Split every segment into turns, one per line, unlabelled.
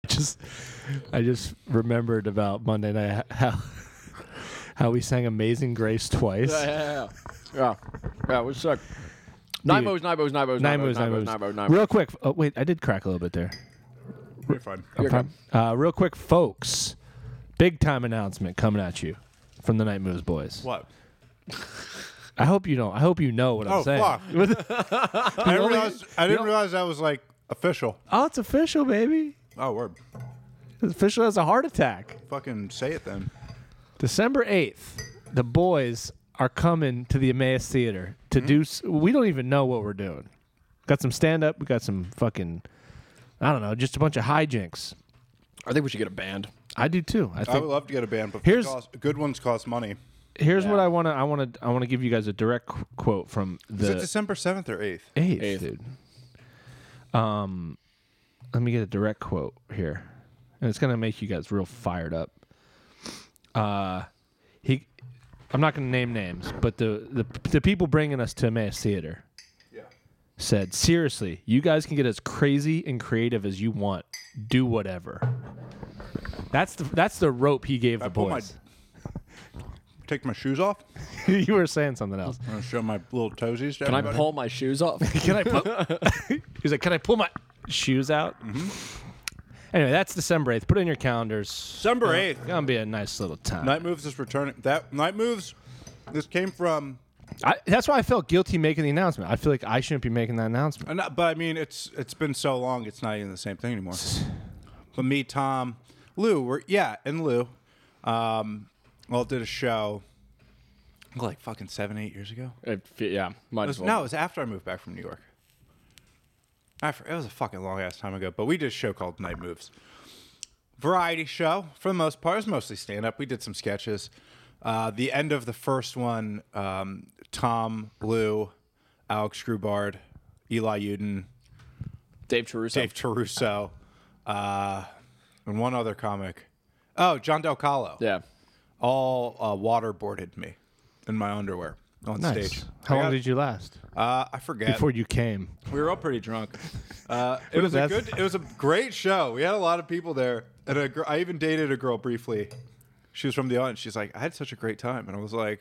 just I just remembered about Monday night how how we sang Amazing Grace twice.
Yeah, yeah, yeah. Yeah, yeah it was sick. Nibos, Nibos, Nibos,
Nine moves,
Nibos, Nibos, Nibos, Nibos.
Real quick. Oh, wait, I did crack a little bit there.
We're fine.
You're good.
Uh, real quick, folks. Big time announcement coming at you from the Night Moves boys.
What?
I hope you don't. I hope you know what
Oh
I'm saying.
fuck! I didn't realize. I didn't realize that was like official.
Oh, it's official, baby.
Oh, word!
It's official has a heart attack.
Fucking say it then.
December 8th, the boys are coming to the Emmaus Theater to do. S- we don't even know what we're doing. Got some stand up. We got some fucking, I don't know, just a bunch of hijinks.
I think we should get a band.
I do too. I
I
think
would love to get a band, but
Here's-
cost, good ones cost money.
here's what I want to. I want to. I want to give you guys a direct qu- quote from
Is
the
it December seventh or eighth?
eighth,
Eighth.
dude. Um, let me get a direct quote here, and it's gonna make you guys real fired up. Uh, he, I'm not gonna name names, but the the the people bringing us to Emmaus Theater,
Yeah.
said seriously, you guys can get as crazy and creative as you want. Do whatever. That's the that's the rope he gave
I
the
pulled my-
boys.
Take my shoes off.
you were saying something else.
I'm gonna show my little toesies. To
Can I
everybody.
pull my shoes off?
can I pull? He's like, can I pull my shoes out? Anyway, that's December eighth. Put it in your calendars.
December eighth?
Gonna be a nice little time.
Night moves is returning. That night moves. This came from.
I, that's why I felt guilty making the announcement. I feel like I shouldn't be making that announcement.
uh, not- But I mean, it's it's been so long. It's not even the same thing anymore. But me, Tom, Lou, we're yeah, and Lou, um, all did a show. Like fucking seven, eight years ago.
It fe- yeah,
It
might as
was-
well.
no, it was after I moved back from New York. I for, it was a fucking long ass time ago, but we did a show called Night Moves. Variety show for the most part. It was mostly stand up. We did some sketches. Uh, the end of the first one, um, Tom, Lou, Alex Grubard, Eli Uden,
Dave Charuso.
Dave Taruso, uh, and one other comic. Oh, John Del Calo.
Yeah.
All uh, waterboarded me in my underwear on
Nice.
stage.
How
I
long
got-
did you last
Uh, I forget.
before you came?
We were all pretty drunk. Uh, it was a
that's-
good. It was a great show. We had a lot of people there, and a gr- I even dated a girl briefly. She was from the audience. She's like, I had such a great time, and I was like,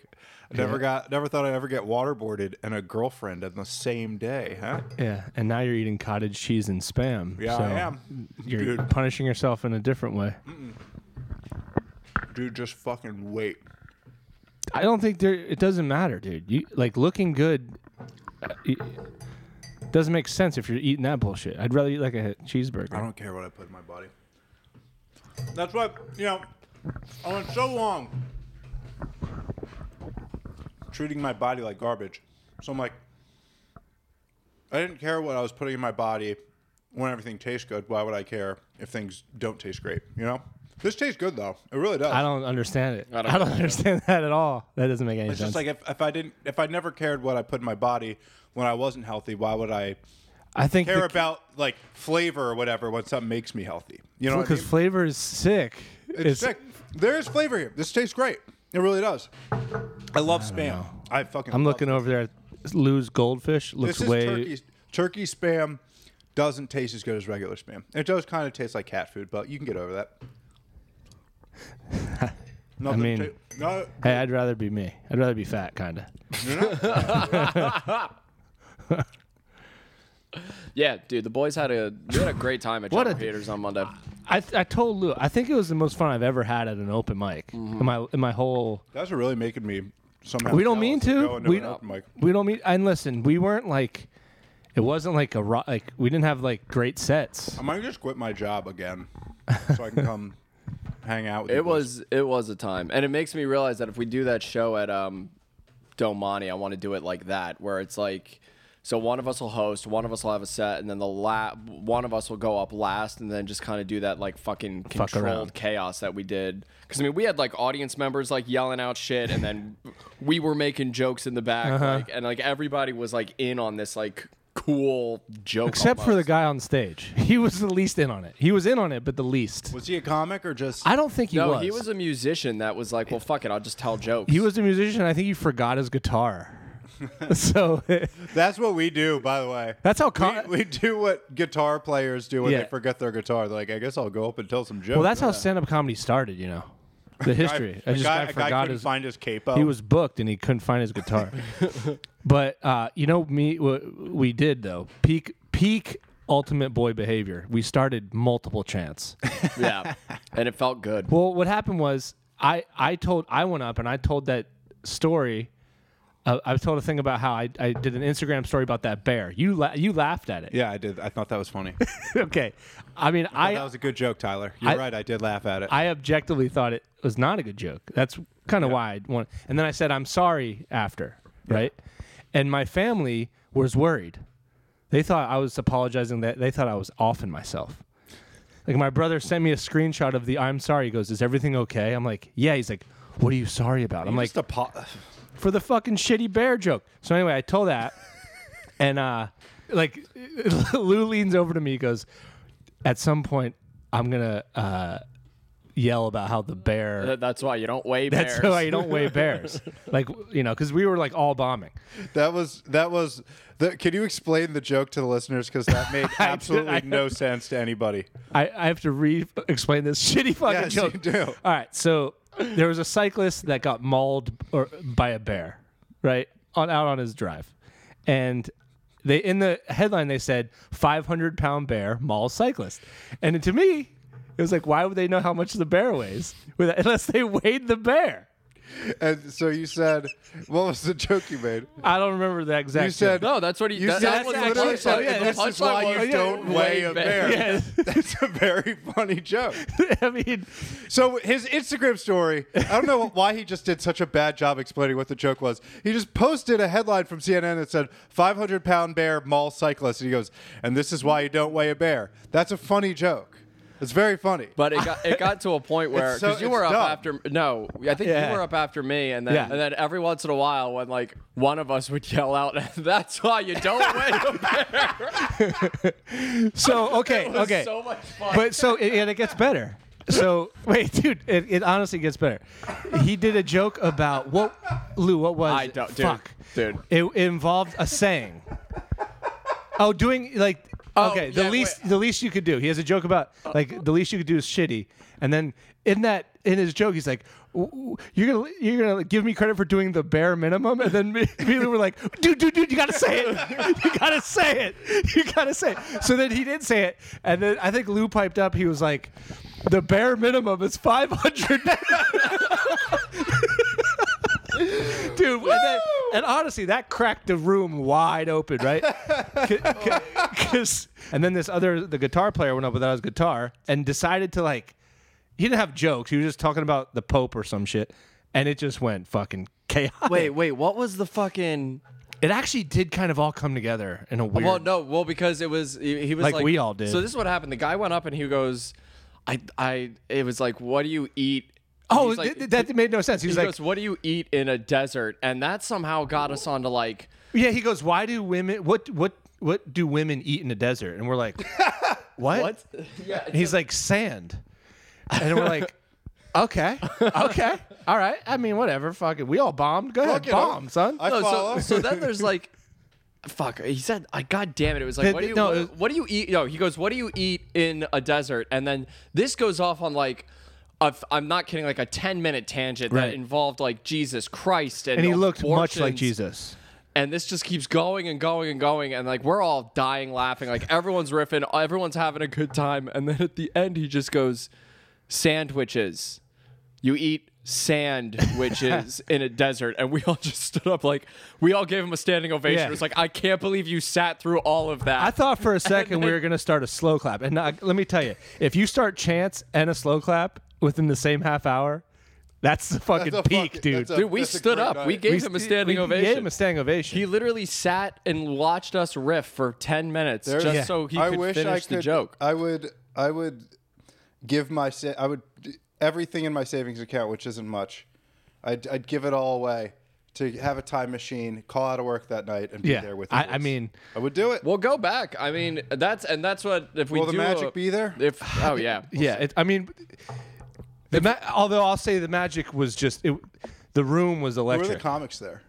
I never got, never thought I'd ever get waterboarded and a girlfriend on the same day, huh?
Yeah, and now you're eating cottage cheese and spam.
Yeah,
so
I am.
You're
Dude.
punishing yourself in a different way.
Dude, just fucking wait.
I don't think there. It doesn't matter, dude. You like looking good. uh, y- doesn't make sense if you're eating that bullshit. I'd rather eat like a cheeseburger.
I don't care what I put in my body. That's why you know I went so long treating my body like garbage. So I'm like, I didn't care what I was putting in my body when everything tastes good. Why would I care if things don't taste great? You know, this tastes good though. It really does.
I don't understand it. I
I
don't,
don't
understand that at all. That doesn't make any
it's
sense.
just like if, if I didn't, if I never cared what I put in my body when I wasn't healthy, why would I
I think
care
because
about like flavor or whatever when something makes me healthy? You know, what I mean?
flavor is sick.
It's, sick. There's flavor here. This tastes great. It really does. I love spam. I fucking.
I'm
love
looking
spam.
over there. at Lou's goldfish looks
This is
way.
turkey. Turkey spam doesn't taste as good as regular spam. It does kind of taste like cat food, but you can get over that. Nothing
mean-
ta- no,
Hey, I'd rather be me. I'd rather be fat, kinda.
Yeah, dude, the boys had a we had a great time at
What
John
a-
Peters on Monday.
I, I told Lou. I think it was the most fun I've ever had at an open mic.
Mm-hmm.
In my in my whole
that's really making me somehow.
We don't mean
jealous
to.
going
We
an
don't-
open mic.
we don't mean. And listen, we weren't like. It wasn't like a ro- like we didn't have like great sets.
I might just quit my job again so I can come hang out. with you
It
boys.
was it was a time, and it makes me realize that if we do that show at um, Domani, I want to do it like that, where it's like, so one of us will host, one of us will have a set, and then the la- one of us will go up last, and then just kind of do that like fucking
Fuck around.
controlled chaos that we did. Because I mean, we had like audience members like yelling out shit, and then we were making jokes in the back,
Uh-huh.
like, and like everybody was like in on this like cool joke.
Except for the
almost.
guy on stage, he was the least in on it. He was in on it, but the least.
Was he a comic or just?
I don't think he
No,
was.
he was a musician that was like, well, fuck it, I'll just tell jokes.
He was a musician. I think he forgot his guitar. so
That's what we do, by the way.
That's how
we,
con-
we do what guitar players do when
Yeah.
they forget their guitar. They're like, I guess I'll go up and tell some jokes.
well, that's how stand-up comedy started. You know, the
I,
history. I
a
just
guy,
I
a guy
forgot
couldn't
his.
find his capo.
He was booked and he couldn't find his guitar. but uh, you know me what we did though. Peak peak ultimate boy behavior. We started multiple chants.
yeah, and it felt good.
Well, what happened was I I told I went up and I told that story. Uh, I was told a thing about how I, I did an Instagram story about that bear. You la- you laughed at it.
yeah, I did. I thought that was funny.
okay. I mean,
I, that
I
was a good joke, Tyler. You're
I-
right. I did laugh at it.
I objectively thought it was not a good joke. That's kind of why I want. And then I said I'm sorry after, right? And my family was worried. They thought I was apologizing. That they thought I was offing myself. Like my brother sent me a screenshot of the I'm sorry. He goes, "Is everything okay?" I'm like, "Yeah." He's like, "What are you sorry about?" I'm like,
Just a po-
for the fucking shitty bear joke. So anyway, I told that, and uh, like Lou leans over to me, goes, "At some point, I'm gonna uh, yell about how the bear."
Th- That's why you don't weigh bears.
That's why you don't weigh bears, like you know, because we were like all bombing.
that was that was. The, can you explain the joke to the listeners? Because that made
I-
absolutely
I-
no sense to anybody.
I, I have to re-explain this shitty fucking
Yes,
joke.
you do.
All right, so there was a cyclist that got mauled or, by a bear, right, on out on his drive, and they in the headline they said 500 pound bear mauls cyclist, and to me, it was like why would they know how much the bear weighs without, unless they weighed the bear?
And so you said, "What was the joke you made?"
I don't remember that exact.
You said,
No, that's what he.
You
that,
said
that was
that's
the
actually-
punchline.
oh, yeah,
The
this
is
punchline
why
was,
you don't weigh a bear.
Yeah.
That's a very funny joke.
I mean,
So his Instagram story, I don't know why he just did such a bad job explaining what the joke was. He just posted a headline from CNN that said 500 pound bear mall cyclist. And he goes, and this is why you don't weigh a bear. That's a funny joke. It's very funny.
But it got it got to a point where
It's so-
because you were
it's
up
dumb.
after no, I think
Yeah.
you were up after me, and then
Yeah.
and then every once in a while when like one of us would yell out, "That's why you don't weigh a bear."
so okay,
It was
okay.
so much fun.
but so it, and it gets better. So wait, dude, it, it honestly gets better. He did a joke about what Lou, what was
I
it?
don't- dude,
Fuck.
dude.
It, it involved a saying. Oh, doing like okay, the
Oh, yeah,
least
wait.
the least you could do. He has a joke about like the least you could do is shitty, and then in that in his joke he's like. "W- w- You're gonna you're gonna give me credit for doing the bare minimum, and then me, me and Lou were like, dude, dude, dude, you gotta say it, you gotta say it, you gotta say it. So then he did say it, and then I think Lou piped up. He was like, the bare minimum is five hundred. dude. And, then, and honestly, that cracked the room wide open, right? Because and then this other the guitar player went up without his guitar and decided to like he didn't have jokes. He was just talking about the Pope or some shit, and it just went fucking chaotic.
wait, wait, what was the fucking?
It actually did kind of all come together in a weird.
Well, no, well because it was he, he was
Like
like,
we all did.
So this is what happened. The guy went up and he goes, "I, I." It was like, "What do you eat?"
Oh,
He's like-
th- that made no sense. He's
He
like,
goes, "What do you eat in a desert?" And that somehow got us onto like.
yeah. He goes, why do women? What what what do women eat in a desert? And we're like, what?
What? Yeah,
And he's like, sand. And we're like, okay, okay, all right. I mean, whatever. Fuck it. We all bombed. Go ahead,
Fuck it.
bomb, son.
I
No,
follow.
so, so then there's like, fuck. He said, "I god damn it!" It was like,
Th-
"What do you?
no,
what,
it was-
what do you eat?" No, he goes, "What do you eat in a desert?" And then this goes off on like. i I'm not kidding. Like a 10 minute tangent
Right.
that involved like Jesus Christ, and,
and he looked much like
abortions.
Jesus.
And this just keeps going and going and going, and like we're all dying laughing. Like everyone's riffing, everyone's having a good time, and then at the end he just goes, "Sandwiches, you eat sandwiches in a desert." And we all just stood up, like we all gave him a standing ovation.
Yeah.
It was like, "I can't believe you sat through all of that."
I thought for a second we were gonna start a slow clap, and I, let me tell you, if you start chants and a slow clap within the same half hour, that's the fucking
a
peak,
fucking-
dude.
that's a-
Dude, we
That's
stood
great
up.
night.
We gave him a
st-
standing
we
ovation.
Gave him a standing ovation.
he literally sat and watched us riff for ten minutes
There's-
just
Yeah.
so he could finish the joke.
I would. I would give my. Sa- I would d- everything in my savings account, which isn't much. I'd, I'd give it all away to have a time machine, call out of work that night, and be
Yeah.
there with.
I-
the
I
boys.
mean-
I would do it.
Well, go back. I mean, that's and that's what if we
Will the
do
magic
a-
be there?
If oh yeah,
yeah, it, I mean, the ma- although I'll say the magic was just it, the room was
Who are the
electric.
comics there?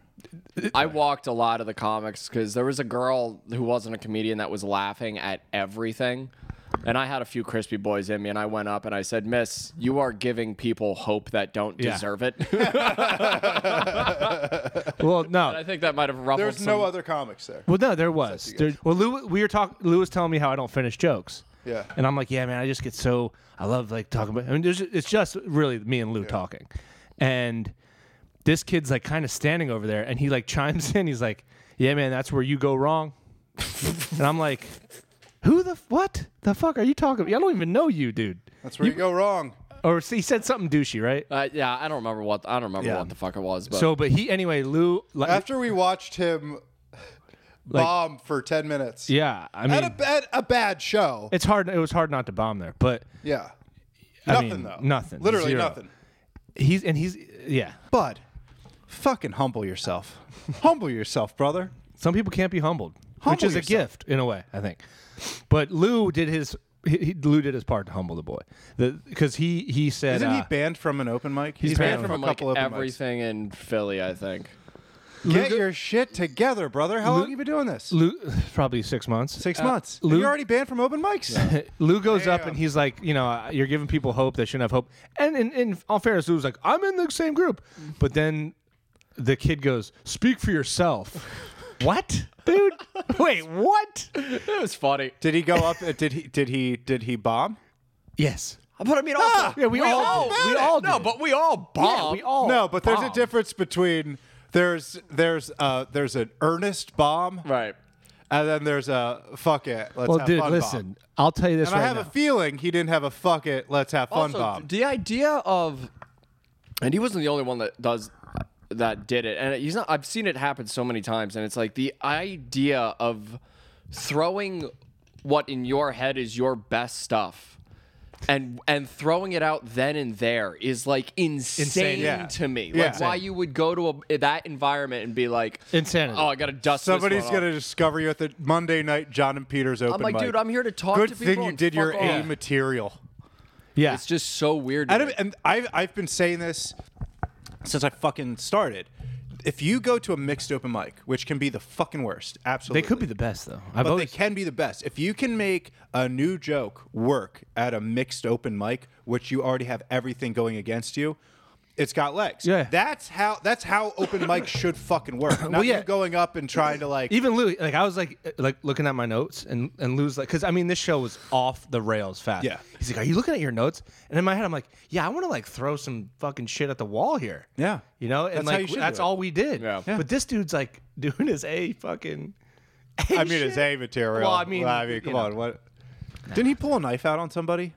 I walked a lot of the comics because there was a girl who wasn't a comedian that was laughing at everything. And I had a few crispy boys in me, and I went up and I said, Miss, you are giving people hope that don't
Yeah.
deserve it. and
Well,
I
no.
think that might have ruffled
There's
some-
no other comics there.
Well, no, there was. There, well, Lou, we were talking. Lou was telling me how I don't finish jokes.
Yeah.
And I'm like, yeah, man, I just get so I love like talking about. I mean, there's, it's just really me and Lou talking, and this kid's like kind of standing over there, and he like chimes in. He's like, yeah, man, that's where you go wrong. and I'm like, who the f- what the fuck are you talking? about? I don't even know you, dude.
That's where you, go wrong.
Or s- he said something douchey, right?
Uh, yeah, I don't remember what I don't remember
Yeah.
what the fuck it was, but
So, but he anyway, Lou. Like,
After we watched him bomb for 10 minutes
yeah, I mean,
at, a, at a bad show.
it's hard. It was hard not to bomb there, but
yeah.
I
nothing,
mean,
though.
nothing,
Literally
zero.
nothing.
he's and he's yeah.
Bud, fucking humble yourself. humble yourself, brother.
Some people can't be humbled, which
Humble
is a
yourself.
gift in a way, I think. But Lou did his he, he- Lou did his part to humble the boy, because he he said
Isn't he
uh,
banned from an open mic? He's,
banned
from
from
like
open mics.
everything in Philly, I think.
Get your shit together, brother. How long have you been doing this?
Lou probably six months.
Six months.
Lou-
You're already banned from open mics.
Lou goes up
Damn.
and he's like, you know, uh, you're giving people hope that shouldn't have hope. And in, in all fairness, Lou's like, I'm in the same group. But then the kid goes, speak for yourself. what, dude? Wait, what?
It was funny.
Did he go up? uh, Did he? Did he? Did he bomb?
Yes.
But I mean,
Yeah, we all did. We all
no,
did.
but we all bombed.
Yeah, we all.
no, but there's a
bombed.
difference between there's there's uh there's an earnest bomb,
right.
and then there's a fuck it. Let's
Well,
have
dude,
fun
listen.
Bomb.
I'll tell you this
And
right
I have
now.
a feeling he didn't have a fuck it. Let's have fun
Also,
bomb.
The idea of, and he wasn't the only one that does that did it, and he's not. I've seen it happen so many times, and it's like the idea of throwing what in your head is your best stuff. And and throwing it out then and there is like insane,
Yeah.
to me.
Yeah.
Like why you would go to a, that environment and be like
Insanity.
Oh, I gotta dust. this
Somebody's
one off."
gonna discover you at the Monday night John and Peter's open
I'm like,
mic.
dude, I'm here to talk
Good
to people.
thing you
and
did your
fuck
A
off."
material.
yeah.
It's just so weird. to
I don't,
me.
and I've, I've been saying this since I fucking started. If you go to a mixed open mic, which can be the fucking worst, absolutely.
They could be the best though. I've
but they
always
can be the best. If you can make a new joke work at a mixed open mic, which you already have everything going against you, it's got legs.
Yeah.
That's how that's how open mic should fucking work. Not
yeah.
you going up and trying to like
even Lou like I was like uh, like looking at my notes and and Lou's like because I mean this show was off the rails fast.
Yeah.
He's like, are you looking at your notes? And in my head, I'm like, yeah, I want to like throw some fucking shit at the wall here.
Yeah.
You know, and
That's how
like
you should
that's
do it.
all we did.
Yeah. Yeah.
But this dude's like doing his a fucking.
I mean it's A material.
Well, I mean,
I mean
you
come
know.
on, what Didn't he pull a knife out on somebody?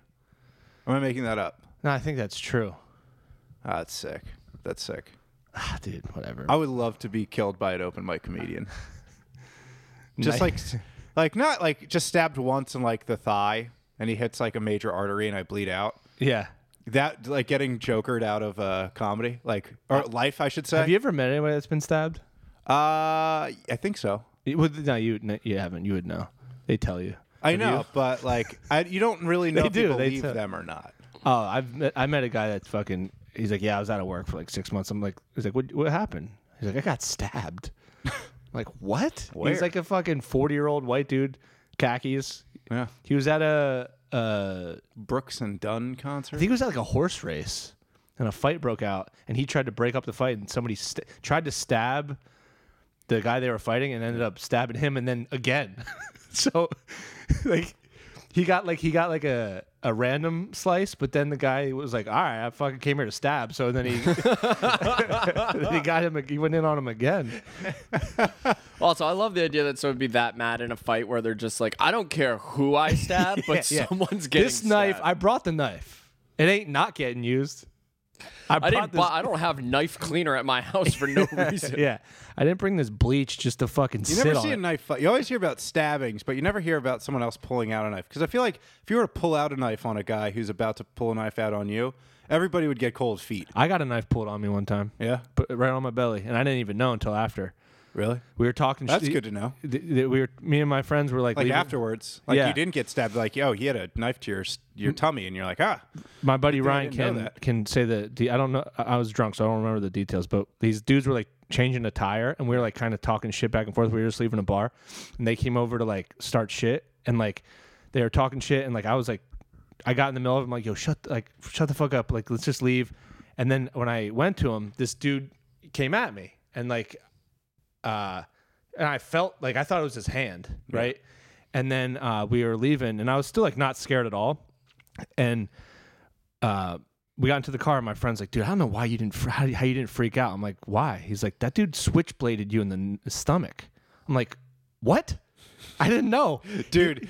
Am I making that up?
No, I think that's true.
Ah, that's sick. That's sick.
Ah, dude, whatever.
I would love to be killed by an open mic comedian. just like, like not like just stabbed once in like the thigh, and he hits like a major artery, and I bleed out.
yeah.
That like getting jokered out of uh, comedy, like or life, I should say.
Have you ever met anybody that's been stabbed?
uh, I think so.
It- Well, no, you no, you haven't. You would know. They tell you.
I know, but like, I, you don't really know
They
if
do,
you
they
believe
tell-
them or not.
Oh, I've met, I met a guy that's fucking. He's like, yeah, I was out of work for like six months. I'm like, he's like, what what happened? He's like, I got stabbed. I'm like what?
Where?
He's like a fucking forty year old white dude, khakis.
Yeah,
He was at a, uh,
Brooks and Dunn
I
concert.
think it was at like a horse race, and a fight broke out, and he tried to break up the fight, and somebody st- tried to stab the guy they were fighting, and ended up stabbing him, and then again. so, like, he got like he got like a a random slice, but then the guy was like, "All right, I fucking came here to stab." So then he he got him. He went in on him again.
Also, I love the idea that someone would be that mad in a fight where they're just like, I don't care who I stab, but
Yeah.
someone's getting
this knife.
stabbed."
I brought the knife. It ain't not getting used. I,
I
brought
didn't.
this-
Buy, I don't have knife cleaner at my house for no reason.
yeah, I didn't bring this bleach just to fucking
You
sit
never
on
see
it.
a knife fight. You always hear about stabbings, but you never hear about someone else pulling out a knife. Because I feel like if you were to pull out a knife on a guy who's about to pull a knife out on you, everybody would get cold feet.
I got a knife pulled on me one time.
Yeah.
Put, right on my belly, and I didn't even know until after.
Really?
We were talking.
That's good to know.
th- th- we were, me and my friends were like,
Like
leaving-
afterwards, like
Yeah. Mm.
you didn't get stabbed. Like, yo, he had a knife to your s- your tummy, and you're like, ah,
My buddy Ryan
didn't know
can
that.
can say the de- I don't know. I I was drunk, so I don't remember the details. But these dudes were like changing a tire, and we were like kind of talking shit back and forth. We were just leaving a bar, and they came over to like start shit, and like they were talking shit, and like I was like, I got in the middle of it, I'm like, yo, shut like shut the fuck up, like let's just leave. And then when I went to him, this dude came at me, and like uh, and I felt like I thought it was his hand, right? And then uh, we were leaving, and I was still like not scared at all. And uh, we got into the car, and my friend's like, "Dude, I don't know why you didn't fr- how, how you didn't freak out." I'm like, "Why?" He's like, "That dude switchbladed you in the n- stomach." I'm like, "What?" I didn't know,
dude,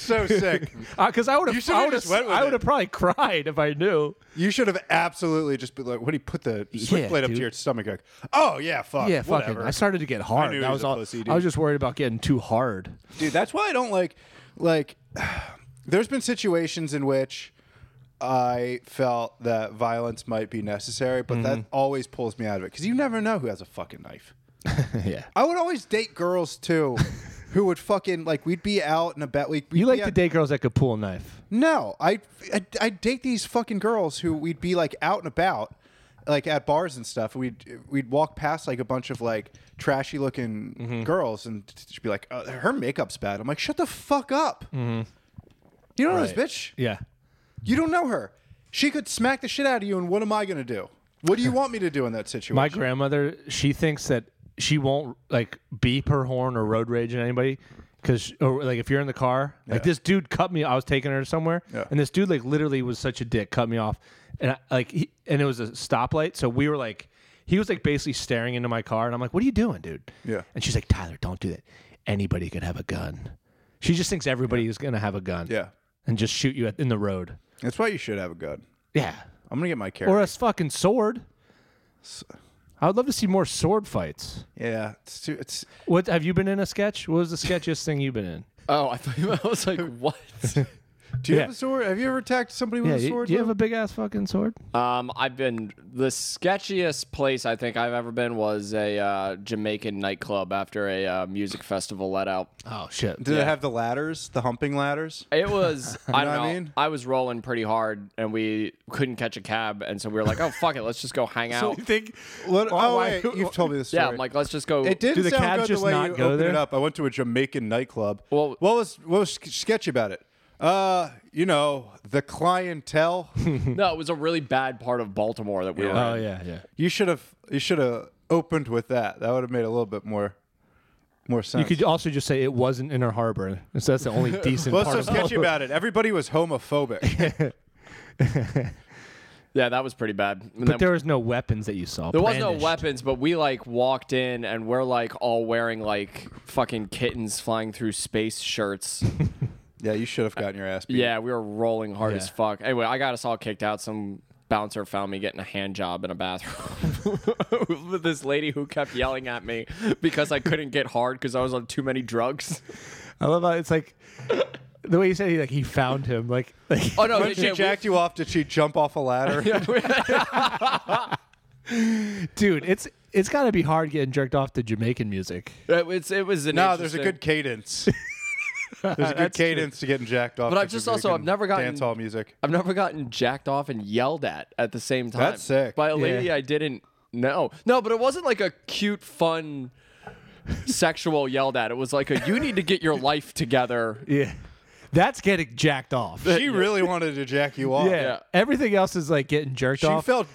so sick.
because I would
You
have,
should've
I would have,
just went with
I
it.
would have probably cried if I knew.
You should have absolutely just been like, what do you put the switchblade up
dude.
to your stomach? Like, oh yeah, fuck,
Yeah, fucking.
whatever.
I started to get hard.
knew he
that
was
was
a
all.
pussy,
I was
dude.
just worried about getting too hard.
dude that's why i don't like like there's been situations in which i felt that violence might be necessary but
Mm-hmm.
that always pulls me out of it because you never know who has a fucking knife
yeah.
i would always date girls too who would fucking like we'd be out and about we'd, we'd
You like
be
to
out-
date girls that could pull a knife.
no I, I i date these fucking girls who we'd be like out and about like at bars and stuff we'd we'd walk past like a bunch of like trashy looking
Mm-hmm.
girls and she'd be like uh, her makeup's bad i'm like shut the fuck up you don't know this
Mm-hmm. Right.
bitch
Yeah.
you don't know her she could smack the shit out of you and what am i gonna do what do you want me to do in that situation
My grandmother, she thinks that she won't like beep her horn or road rage at anybody because, or like if you're in the car, like
Yeah.
this dude cut me. I was taking her somewhere,
Yeah.
and this dude like literally was such a dick, cut me off, and I, like he, and it was a stoplight, so we were like, he was like basically staring into my car, and I'm like, what are you doing, dude?
Yeah.
And she's like, Tyler, don't do that. Anybody could have a gun. She just thinks everybody is gonna have a gun.
yeah
And just shoot you at, in the road.
that's why you should have a gun
Yeah.
i'm gonna get my carry
Or a fucking sword. I would love to see more sword fights.
yeah it's too it's
What have you been in a sketch? What was the sketchiest thing you've been in?
Oh, I thought I was like, what?
do you
Yeah.
have a sword have you ever attacked somebody with
Yeah,
a
you,
sword
do you have
Lou?
a big ass fucking sword?
um, I've been the sketchiest place I think I've ever been was a uh, Jamaican nightclub after a uh, music festival let out.
Oh shit!
did it have the ladders the humping ladders
It was I don't
know
know.
what I
I,
mean?
was rolling pretty hard and we couldn't catch a cab and so we were like, "Oh fuck it, let's just go hang out."
think?
What?
Why-
oh,
why-
wait, you've told me this story.
yeah, I'm like, "Let's just go."
it didn't
Do the
sound
cab
good
just
the way
not
you
go
opened it
there?
up. I went to a Jamaican nightclub.
Well-
what was what was sk- sketchy about it? Uh, you know, the clientele.
No, it was a really bad part of Baltimore that we were.
Oh
in.
yeah, yeah.
you should have you should have opened with that. That would have made a little bit more more sense.
You could also just say it wasn't Inner Harbor. So that's the only decent
What's
part.
so
of
sketchy about it? Everybody was homophobic.
Yeah, that was pretty bad. And
But
then-
there was no weapons that you saw.
there was no
brandished.
weapons, but we like walked in and we're like all wearing like fucking kittens flying through space shirts.
yeah, you should have gotten your ass beat.
yeah, we were rolling hard as
Yeah.
fuck. Anyway, I got us all kicked out. Some bouncer found me getting a hand job in a bathroom with this lady who kept yelling at me because I couldn't get hard because I was on too many drugs.
I love how it's like the way you said he like he found him like like
Oh no,
When she
yeah, we-
jacked you off, did she jump off a ladder?
dude. It's it's got to be hard getting jerked off to Jamaican music.
it was it was an
no, there's a
interesting-
good cadence. There's a good cadence to getting jacked off.
But
to
I've just also- I've
Jamaican
never gotten-
dance hall music.
I've never gotten jacked off and yelled at at the same time.
That's sick.
By a lady
Yeah.
I didn't know. No, but it wasn't like a cute, fun, sexual yelled at. It was like a you need to get your life together.
Yeah, that's getting jacked off.
She really wanted to jack you off.
Yeah. Everything else is like getting jerked
She
off.
felt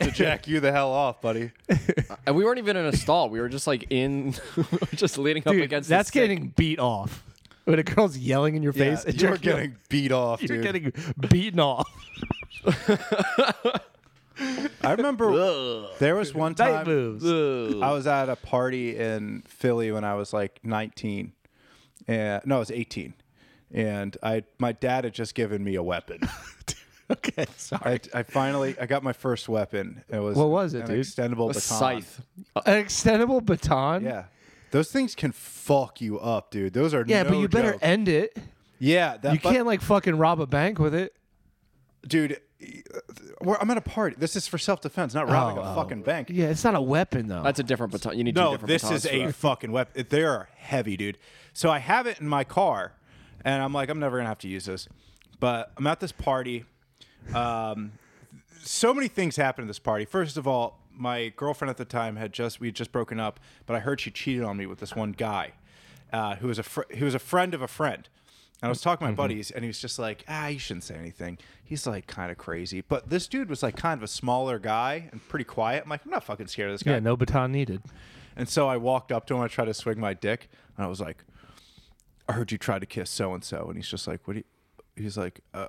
to jack you the hell off, buddy.
And we weren't even in a stall. We were just like in, just leaning up
Dude,
against. the
that's
stick.
getting beat off. When a girl's yelling in your
Yeah,
face, and
you're getting beat off,
you're
dude.
getting beaten off.
I remember there was one
Night
time
moves.
I was at a party in Philly when I was like 19. And, no, I was 18. And I my dad had just given me a weapon.
okay, sorry.
I, I finally I got my first weapon. It was
What was it,
an
dude?
extendable
a
baton.
scythe.
An extendable baton.
Uh, Yeah. Those things can fuck you up, dude. Those are
Yeah, but
no
you better
joke.
end it.
Yeah, that
You
but-
can't like fucking rob a bank with it.
dude uh, We're, I'm at a party. This is for self defense, not
Oh,
robbing a
oh.
fucking bank.
Yeah, it's not a weapon though.
That's a different baton. You need two
No,
different
this
batons
is
for
a
that.
fucking weapon. They are heavy, dude. So I have it in my car, and I'm like, I'm never gonna have to use this. But I'm at this party. Um, so many things happened at this party. First of all, my girlfriend at the time had just we had just broken up, but I heard she cheated on me with this one guy, uh, who was a fr- who was a friend of a friend. And I was talking to my
Mm-hmm.
buddies, and he was just like, "Ah, you shouldn't say anything." He's like kind of crazy, but this dude was like kind of a smaller guy and pretty quiet. I'm like, I'm not fucking scared of this guy.
yeah, no baton needed.
And so I walked up to him. I tried to swing my dick, and I was like, "I heard you tried to kiss so and so." And he's just like, "What?" Do you, he's like, uh,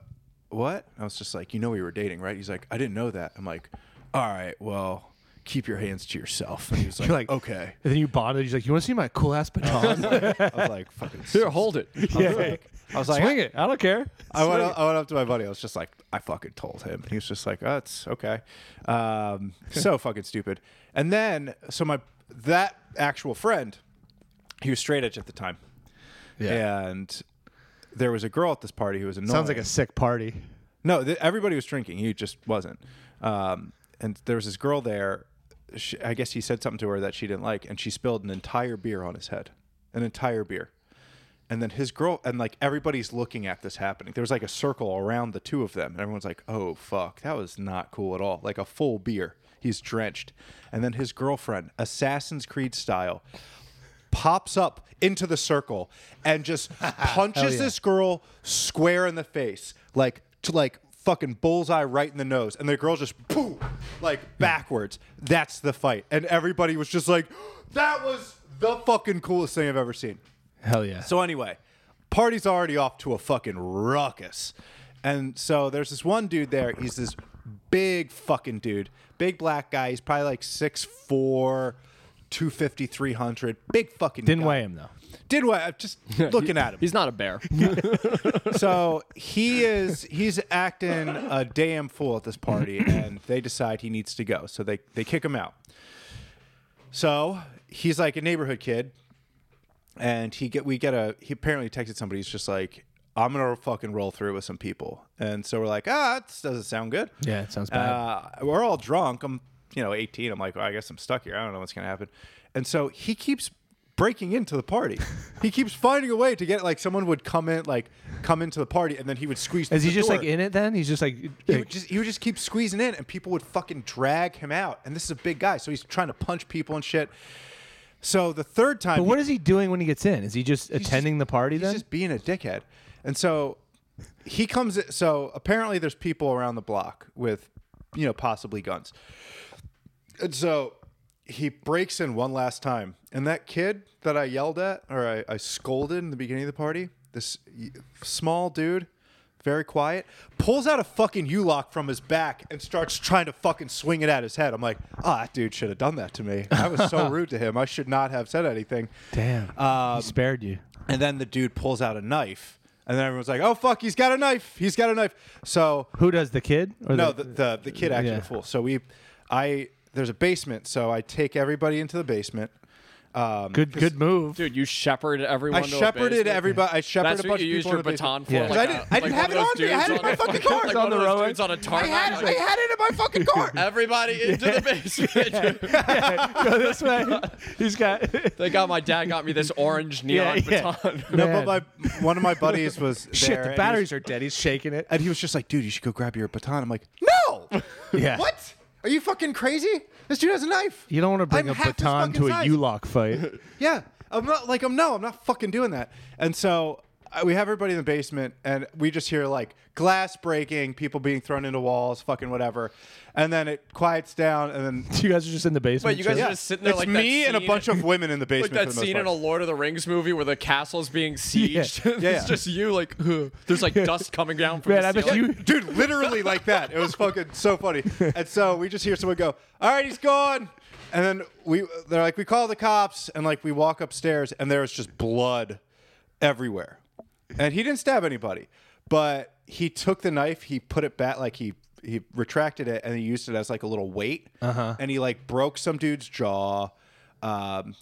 "What?" I was just like, "You know we were dating, right?" He's like, "I didn't know that." I'm like, "All right, well, keep your hands to yourself." And he was like,
You're like,
"Okay."
And then you bonded. He's like, "You want to see my cool ass baton?
I was like, "Fucking."
Here, hold it.
yeah,
I was like,
swing it. I don't care."
I went, up, I went up to my buddy. I was just like, I fucking told him. And he was just like, oh, that's okay. Um, so fucking stupid. And then, so my that actual friend, he was straight edge at the time.
Yeah.
And there was a girl at this party who was annoying.
Sounds like a sick party.
No, th- everybody was drinking. He just wasn't. Um, and there was this girl there. She, I guess he said something to her that she didn't like, and she spilled an entire beer on his head, an entire beer. And then his girl, and like everybody's looking at this happening. There was like a circle around the two of them, and everyone's like, "Oh fuck, that was not cool at all." Like a full beer, he's drenched. And then his girlfriend, Assassin's Creed style, pops up into the circle and just punches this girl square in the face, like to like fucking bullseye right in the nose, and the girl just poof, like backwards. That's the fight, and everybody was just like, "That was the fucking coolest thing I've ever seen."
Hell yeah.
So anyway, party's already off to a fucking ruckus. And so there's this one dude there. He's this big fucking dude, big black guy. He's probably like 6'4", 250, 300. Big fucking
Didn't
guy.
weigh him though.
Did weigh. I'm just looking at him
He's not a bear.
so he is he's acting a damn fool at this party and they decide he needs to go so they they kick him out so he's like a neighborhood kid and he get we get a he apparently texted somebody he's just like i'm gonna fucking roll through with some people and so we're like ah this doesn't sound good
Yeah, it sounds bad.
uh, we're all drunk. I'm, you know, 18. I'm like, well, I guess I'm stuck here. I don't know what's going to happen. And so he keeps breaking into the party. he keeps finding a way to get like someone would come in, like come into the party, and then he would squeeze.
Is he
through the
just like
door.
in it then? He's just like,
He would, just, he would just keep squeezing in, and people would fucking drag him out. And this is a big guy, so he's trying to punch people and shit. So the third time,
but
he-
what is he doing when he gets in? Is he just attending the party
He's
then?
just being a dickhead. And so he comes. So apparently, there's people around the block with, you know, possibly guns. And so he breaks in one last time. And that kid that I yelled at or I, I scolded in the beginning of the party, this y- small dude, very quiet, pulls out a fucking U-lock from his back and starts trying to fucking swing it at his head. I'm like, ah, that dude should have done that to me. I was so rude to him. I should not have said anything.
Damn. he spared you.
And then the dude pulls out a knife, and then everyone's like, "Oh fuck, he's got a knife! He's got a knife!" So
Who does the kid? Or
no, the the, the kid acted
Yeah.
a fool. So we, I there's a basement, so I take everybody into the basement. Um,
good good move.
Dude, you shepherded everyone.
I
to a
shepherded
basement.
everybody. I shepherded
That's
a
what
bunch
you
of
used
people
your
in the
baton
basement.
for.
Yeah.
like
'Cause I didn't,
a-
I didn't
like
have it
one of
on
those
me. I had it
dudes
in my
on a-
fucking car.
Like
on
one
the
of those
road.
dudes on a
I
tarmac.
had, I
like,
had it in my fucking car.
Everybody into the basement. dude.
Go this way. He's got.
They got my dad got me this orange neon
Yeah, yeah.
baton.
no, but my, one of my buddies was there.
Shit,
and
the
he's-
batteries are dead. He's shaking it.
And he was just like, dude, you should go grab your baton. I'm like, no.
Yeah.
What? Are you fucking crazy? This dude has a knife.
You don't want to bring a
I'm half his
baton
fucking
to a
size.
U-lock fight.
Yeah. I'm not like, I'm no, I'm not fucking doing that. And so I- we have everybody in the basement and we just hear like glass breaking, people being thrown into walls, fucking whatever. And then it quiets down and then.
you guys are just in the basement.
Wait, you guys
chilling?
are just sitting there
it's
like that
me and a
scene-
bunch of women in the
Like
basement.
that
for the most
scene in
part.
a Lord of the Rings movie where the castle's being sieged.
Yeah,
it's
yeah.
just you, like, there's like dust coming down from
Man,
the
I bet
ceiling.
you-
dude, literally like that. It was fucking so funny. And so we just hear someone go, "All right, he's gone." And then we they're like, "We call the cops." And like we walk upstairs and there's just blood everywhere. And he didn't stab anybody, but he took the knife, he put it back like he he retracted it and he used it as like a little weight. Uh-huh. And he like broke some dude's jaw. Um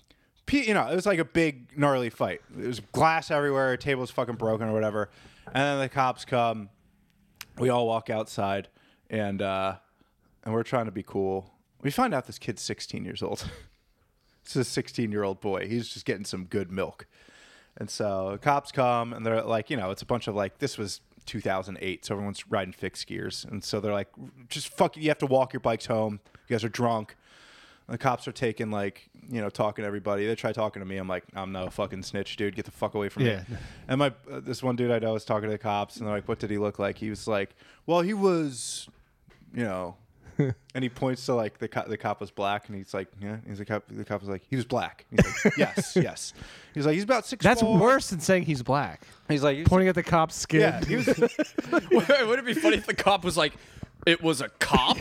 P- you know, it was like a big gnarly fight. There was glass everywhere, tables fucking broken or whatever. And then the cops come, we all walk outside and uh, and we're trying to be cool. We find out this kid's 16 years old. it's a 16 year old boy. He's just getting some good milk. And so cops come and they're like, you know, it's a bunch of like, this was 2008. So everyone's riding fixed gears. And so they're like, just fuck it. You have to walk your bikes home. You guys are drunk. And the cops are taking like, you know, talking to everybody. They try talking to me. I'm like, I'm no fucking snitch, dude. Get the fuck away from
Yeah.
me. And my uh, this one dude I know is talking to the cops, and they're like, "What did he look like?" He was like, "Well, he was, you know," and he points to like the cop. The cop was black, and he's like, "Yeah." He's the cop. The cop was like, "He was black." He's like, "Yes, yes." He's like, "He's about six.
That's worse than saying he's black.
He's like,
Pointing at the cop's skin.
"Yeah." He was.
Would it be funny if the cop was like, it was a cop?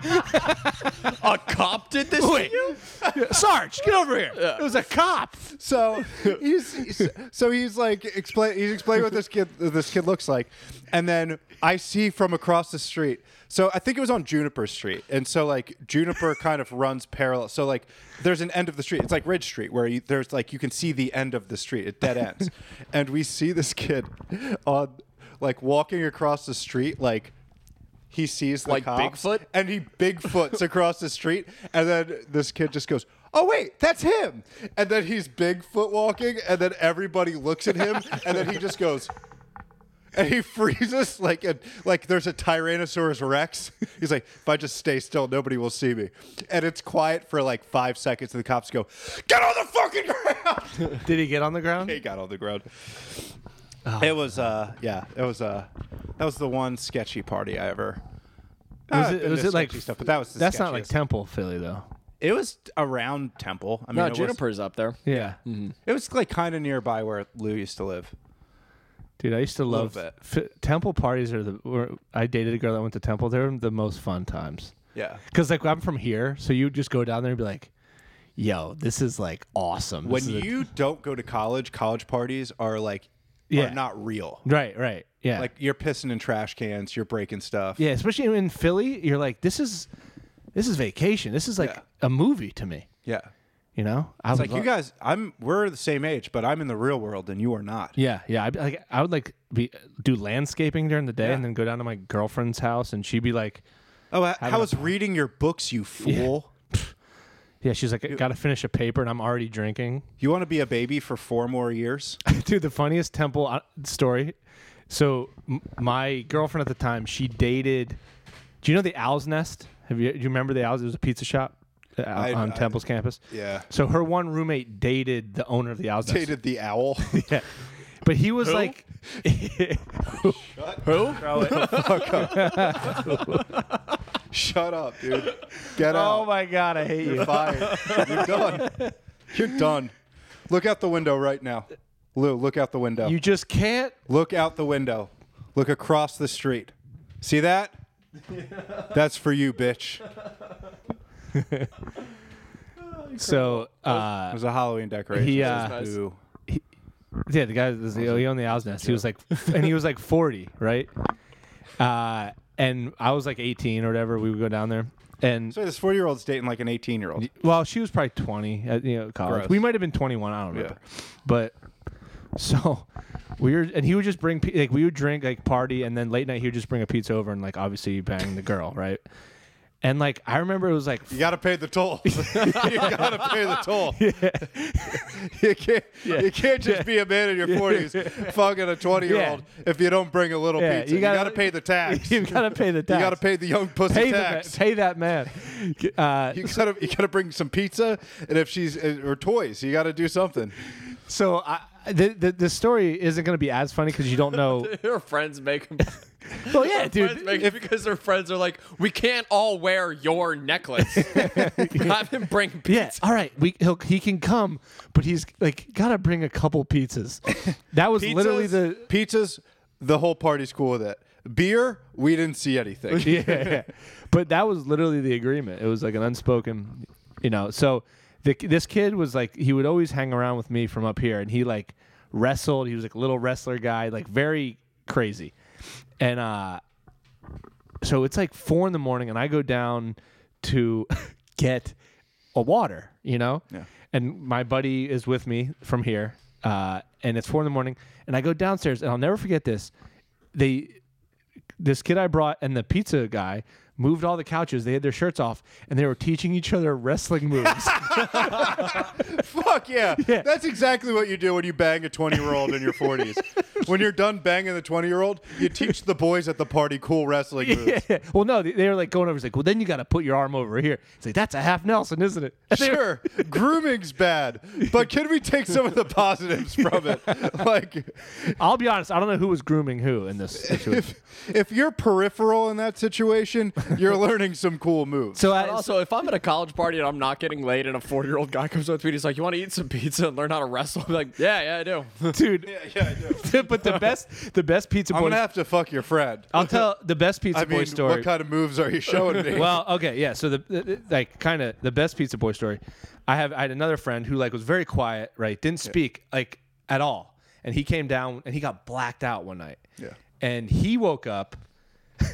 a cop did this to
Wait.
you?
Sarge, get over here. It was a cop.
So he's, he's- so he's like explain he's explaining what this kid this kid looks like, and then I see from across the street. So I think it was on Juniper Street, and so like Juniper kind of runs parallel. So like there's an end of the street. It's like Ridge Street where you, there's like you can see the end of the street. It dead ends, and we see this kid on like walking across the street like he sees the
Like
cops,
Bigfoot?
and he bigfoots across the street and then this kid just goes oh wait that's him and then he's bigfoot walking and then everybody looks at him and then he just goes and he freezes like a, like there's a tyrannosaurus rex he's like if i just stay still nobody will see me and it's quiet for like five seconds and the cops go get on the fucking ground
Did he get on the ground?
he got on the ground.
Oh,
It was uh yeah, it was uh that was the one sketchy party I ever.
Was
I've
it,
been
was
to
it like
sketchy stuff? But that was the
that's not like
sketchiest.
Temple, Philly though.
it was around Temple. I mean,
No,
it
Juniper's up there.
Yeah,
Was, it was like kind of nearby where Lou used to live.
dude, I used to love
bit.
f- Temple parties. Are the were, I dated a girl that went to Temple. They're the most fun times.
Yeah.
Because like I'm from here, so you just go down there and be like, "Yo, this is like awesome." This
When
is a-
you don't go to college, college parties are like
Yeah.
are not real.
right, right, yeah,
Like you're pissing in trash cans, you're breaking stuff.
yeah, especially in Philly, you're like, "This is this is vacation. This is like
Yeah.
a movie to me."
Yeah.
You know, I
It's
was
like you guys I'm we're the same age, but I'm in the real world and you are not.
Yeah, yeah. I'd, be like I would like be do landscaping during the day and then go down to my girlfriend's house and she'd be like,
Oh, I, I
a
was reading your books, you fool.
"Yeah, she's like, I gotta finish a paper and I'm already drinking."
You want to be a baby for four more years?
Dude, the funniest temple uh, story. So m- my girlfriend at the time, she dated. Do you know the Owl's Nest? Have you? Do you remember the Owl's? It was a pizza shop uh, on
I-
Temple's campus.
yeah.
So her one roommate dated the owner of the Owl's Nest.
Dated the owl.
Yeah. But he was like,
Who?
Shut up, dude. Get
"Oh
out.
my god, I hate you."
You're fired. You're done. You're done. Look out the window right now. Lou, look out the window.
You just can't.
look out the window. Look across the street. See that? That's for you, bitch. It
So uh,
was a Halloween decoration.
He, uh,
That's nice.
Ooh.
Yeah, the guy that was, he owned the Owl's Nest. He was like, and he was like 40, right? Uh, and I was like 18 or whatever. We would go down there, and
So this four-year-old's dating like an 18-year-old.
well, she was probably 20 at you know college.
Gross.
We might have been 21. I don't remember, but so we were, and he would just bring pi- like we would drink like party, and then late night he would just bring a pizza over and like obviously bang the girl, right? And like I remember it was like
You gotta pay the toll. you gotta pay the toll. you can't. You can't just be a man in your forties, fucking a twenty-year-old if you don't bring a little
Yeah,
pizza.
you
You gotta,
gotta-
pay the tax.
you gotta pay the
You
tax.
gotta pay the young pussy
pay, the ma-
tax.
pay that man. Uh,
you gotta. You gotta bring some pizza, and if she's uh, or toys, you gotta do something.
so I, the, the the story isn't gonna be as funny because you don't know.
Her friends make them.
Well, yeah,
Friends
dude.
make it because her friends are like, we can't all wear your necklace. Have him bring pizza.
Yeah. All right. We he'll, he can come, but he's like gotta bring a couple pizzas. That was literally the
Pizzas- pizzas. The whole party's cool with it. Beer, we didn't see anything.
yeah, yeah. But that was literally the agreement. It was like an unspoken, you know. So the, this kid was like he would always hang around with me from up here, and he like wrestled. He was like a little wrestler guy, like very crazy, and uh, so it's like four in the morning, and I go down to get a water, you know? Yeah. And my buddy is with me from here, uh, and it's four in the morning, and I go downstairs, and I'll never forget this. They, this kid I brought and the pizza guy moved all the couches. They had their shirts off, and they were teaching each other wrestling moves.
Fuck yeah. That's exactly what you do when you bang a 20 year old in your 40s. when you're done banging the 20 year old, you teach the boys at the party cool wrestling moves.
Yeah. Well, no, they, they were like going over. It's like, well, then you got to put your arm over here. It's like that's a half Nelson, isn't it? And they were-
Sure, grooming's bad, but can we take some of the positives from it? Like,
I'll be honest. I don't know who was grooming who in this situation.
if you're peripheral in that situation, you're learning some cool moves.
so,
But
I,
also, if I'm at a college party and I'm not getting laid, and a 40 year old guy comes up to me and he's like, "You want to eat some pizza and learn how to wrestle?" I'm like, "Yeah, yeah, I do."
dude.
yeah, I do.
but the best, the best pizza
I'm
boy.
gonna have to fuck your friend.
I'll tell the best pizza
I
boy
mean,
story.
what kind of moves are you showing me?
well, okay, yeah. So the, the- the- like kind of the best pizza boy story. I have I had another friend who like was very quiet, right? Didn't speak like at all, and he came down and he got blacked out one night.
Yeah.
and he woke up.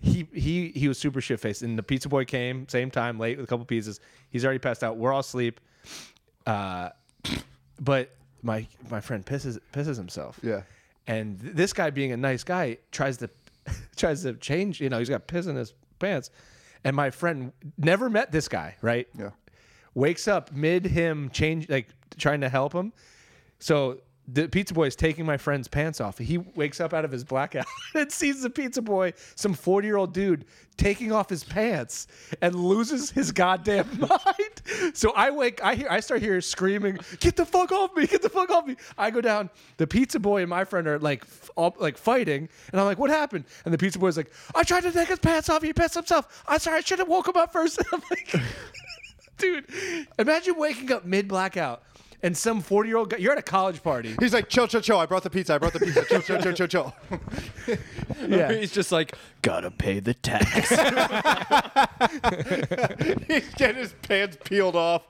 he he he was super shit faced, and the pizza boy came same time late with a couple pizzas. He's already passed out. We're all asleep. Uh, but my my friend pisses pisses himself.
Yeah.
And th- this guy, being a nice guy, tries to tries to change. You know, he's got piss in his pants. And my friend never met this guy, right?
Yeah.
Wakes up mid him change, like trying to help him. So the pizza boy is taking my friend's pants off. He wakes up out of his blackout and sees the pizza boy, some forty year old dude, taking off his pants and loses his goddamn mind. So I wake, I hear, I start hearing screaming, "Get the fuck off me! Get the fuck off me!" I go down. The pizza boy and my friend are like, f- all, like fighting, and I'm like, "What happened?" And the pizza boy's like, "I tried to take his pants off. He pissed himself. I'm sorry. I should have woke him up first. I'm like, dude, imagine waking up mid blackout. And some forty-year-old guy, you're at a college party.
He's like, chill, chill, chill. I brought the pizza. I brought the pizza. Chill, chill, chill, chill, chill.
Yeah,
He's just like, "Gotta pay the tax."
He's getting his pants peeled off.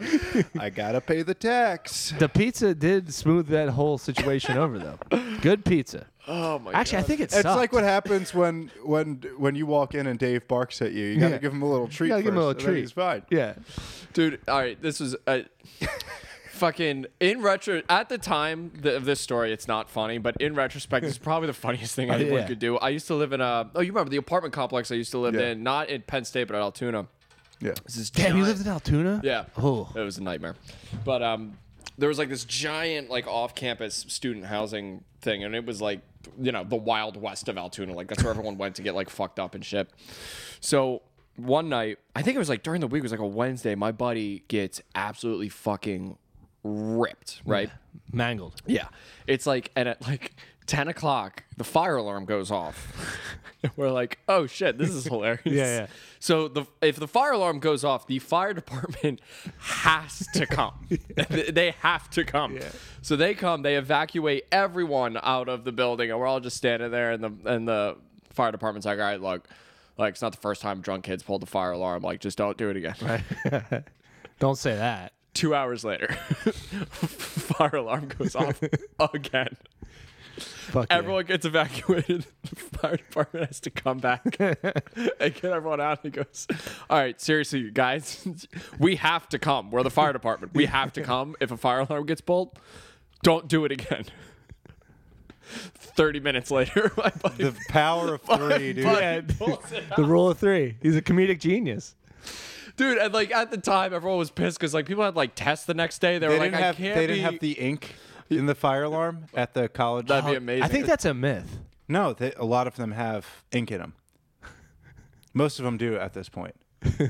I gotta pay the tax.
the pizza did smooth that whole situation over, though. Good pizza.
oh my
Actually, I think it
It's
sucked.
like what happens when when when you walk in and Dave barks at you. You gotta
Yeah.
give him a little treat.
You gotta give him a
first,
little
and then
treat.
He's fine.
Yeah,
dude all right this was a fucking in retro at the time th- of this story it's not funny but in retrospect it's probably the funniest thing i
Oh, yeah.
could do i used to live in a oh you remember the apartment complex i used to live
Yeah.
in not in penn state but at altoona
Yeah.
this is
damn. You
giant-
lived in Altoona.
yeah.
Oh.
It was a nightmare. But um there was like this giant like off-campus student housing thing and it was like you know the wild west of Altoona like that's where everyone went to get like fucked up and shit. So one night, I think it was like during the week, it was like a Wednesday, my buddy gets absolutely fucking ripped, right?
Mangled.
Yeah. It's like, and at like 10 o'clock, the fire alarm goes off. We're like, oh shit, this is hilarious.
yeah.
So the if the fire alarm goes off, the fire department has to come. They- they have to come. So they come, they evacuate everyone out of the building, and we're all just standing there, and the and the fire department's like, all right, look, like it's not the first time drunk kids pulled the fire alarm. Like, just don't do it again.
Don't say that.
Two hours later, fire alarm goes off again.
Fuck yeah.
Everyone gets evacuated. The fire department has to come back and get everyone out. He goes, All right, seriously, you guys, we have to come. We're the fire department. We have to come. If a fire alarm gets pulled, don't do it again. 30 minutes later, my buddy,
The power of three, dude.
buddy pulls it out.
The rule of three. He's a comedic genius.
Dude, and like at the time, everyone was pissed because like people had like tests the next day. They,
They
were like,
didn't have
I can't
they didn't
be-
have the ink in the fire alarm at the college.
That'd be amazing.
I think that's a myth.
No, they, a lot of them have ink in them. Most of them do at this point.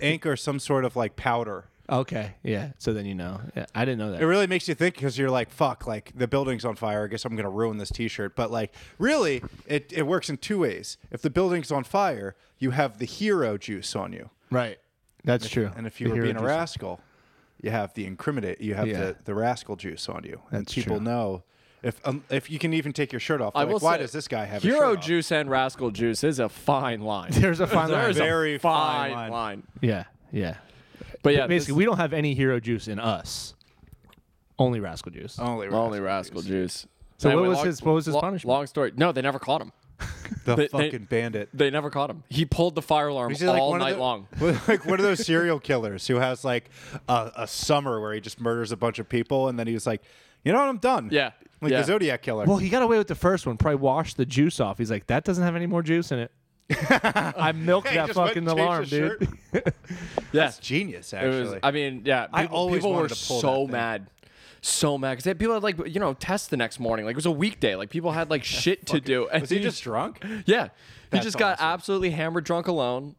ink or some sort of like powder.
Okay. Yeah. So then you know. Yeah, I didn't know
It
that.
really makes you think because you're like, fuck, like the building's on fire. I guess I'm going to ruin this t shirt. But like, really, it, it works in two ways. If the building's on fire, you have the hero juice on you.
Right. That's true.
And if you were
Hero
being a
juice.
rascal, you have the incriminate, you have
Yeah.
the, the rascal juice on you. and
That's
people
true.
know if um, if you can even take your shirt off.
I
Like,
will
why
say,
does this guy have a
Hero
shirt off?
Juice and Rascal Juice is a fine line.
There's a fine line.
There's a
Very
fine,
fine
line.
line.
Yeah. Yeah.
But yeah,
Basically,
basically,
we don't have any hero juice in us. Only rascal juice.
Only
we only
rascal.
Rascal Juice.
So what was his- what was his punishment?
Long story. No, they never caught him. They-
The
they-
fucking bandit.
They never caught him. He pulled the fire alarm
Is he
all
one of
night
the-
long.
Like one of those serial killers who has like a, a summer where he just murders a bunch of people and then he's like, you know what, I'm done.
Yeah.
Like
Yeah.
the Zodiac killer.
Well, he got away with the first one. Probably washed the juice off. He's like, that doesn't have any more juice in it. I milked
He
that
just went
fucking
and changed
alarm,
his
dude.
shirt.
Yes.
Genius,
It was.
actually.
I mean, yeah. People,
I always
people were
wanted to pull that
so
thing.
mad, so mad because people had like you know tests the next morning. Like it was a weekday. Like people had like shit to do. And
was he just drunk?
Yeah, he
That's
just got
awesome.
absolutely hammered, drunk alone,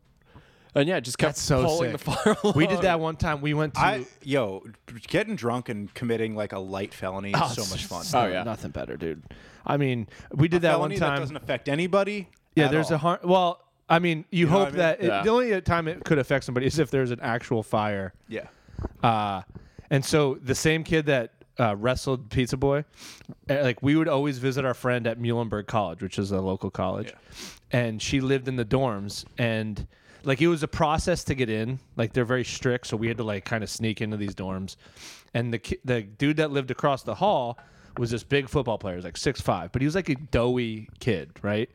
and yeah, just kept
That's so
pulling
sick.
the fire alarm.
We did that one time. We went to
I yo, getting drunk and committing like a light felony is so
it's
much fun.
so-
Oh, yeah.
nothing better, dude. I mean, we did that one
felony that
time.
doesn't affect anybody.
yeah,
at
there's
all.
a harm. Well, I mean, you,
know
hope
what I mean?
that it,
Yeah.
the only time it could affect somebody is if there's an actual fire.
yeah.
Uh, and so the same kid that uh, wrestled Pizza Boy, uh, like we would always visit our friend at Muhlenberg College, which is a local college, and she lived in the dorms and. Like it was a process to get in. Like they're very strict, so we had to like kind of sneak into these dorms. And the ki- the dude that lived across the hall was this big football player, he was like six five, but he was like a doughy kid, right?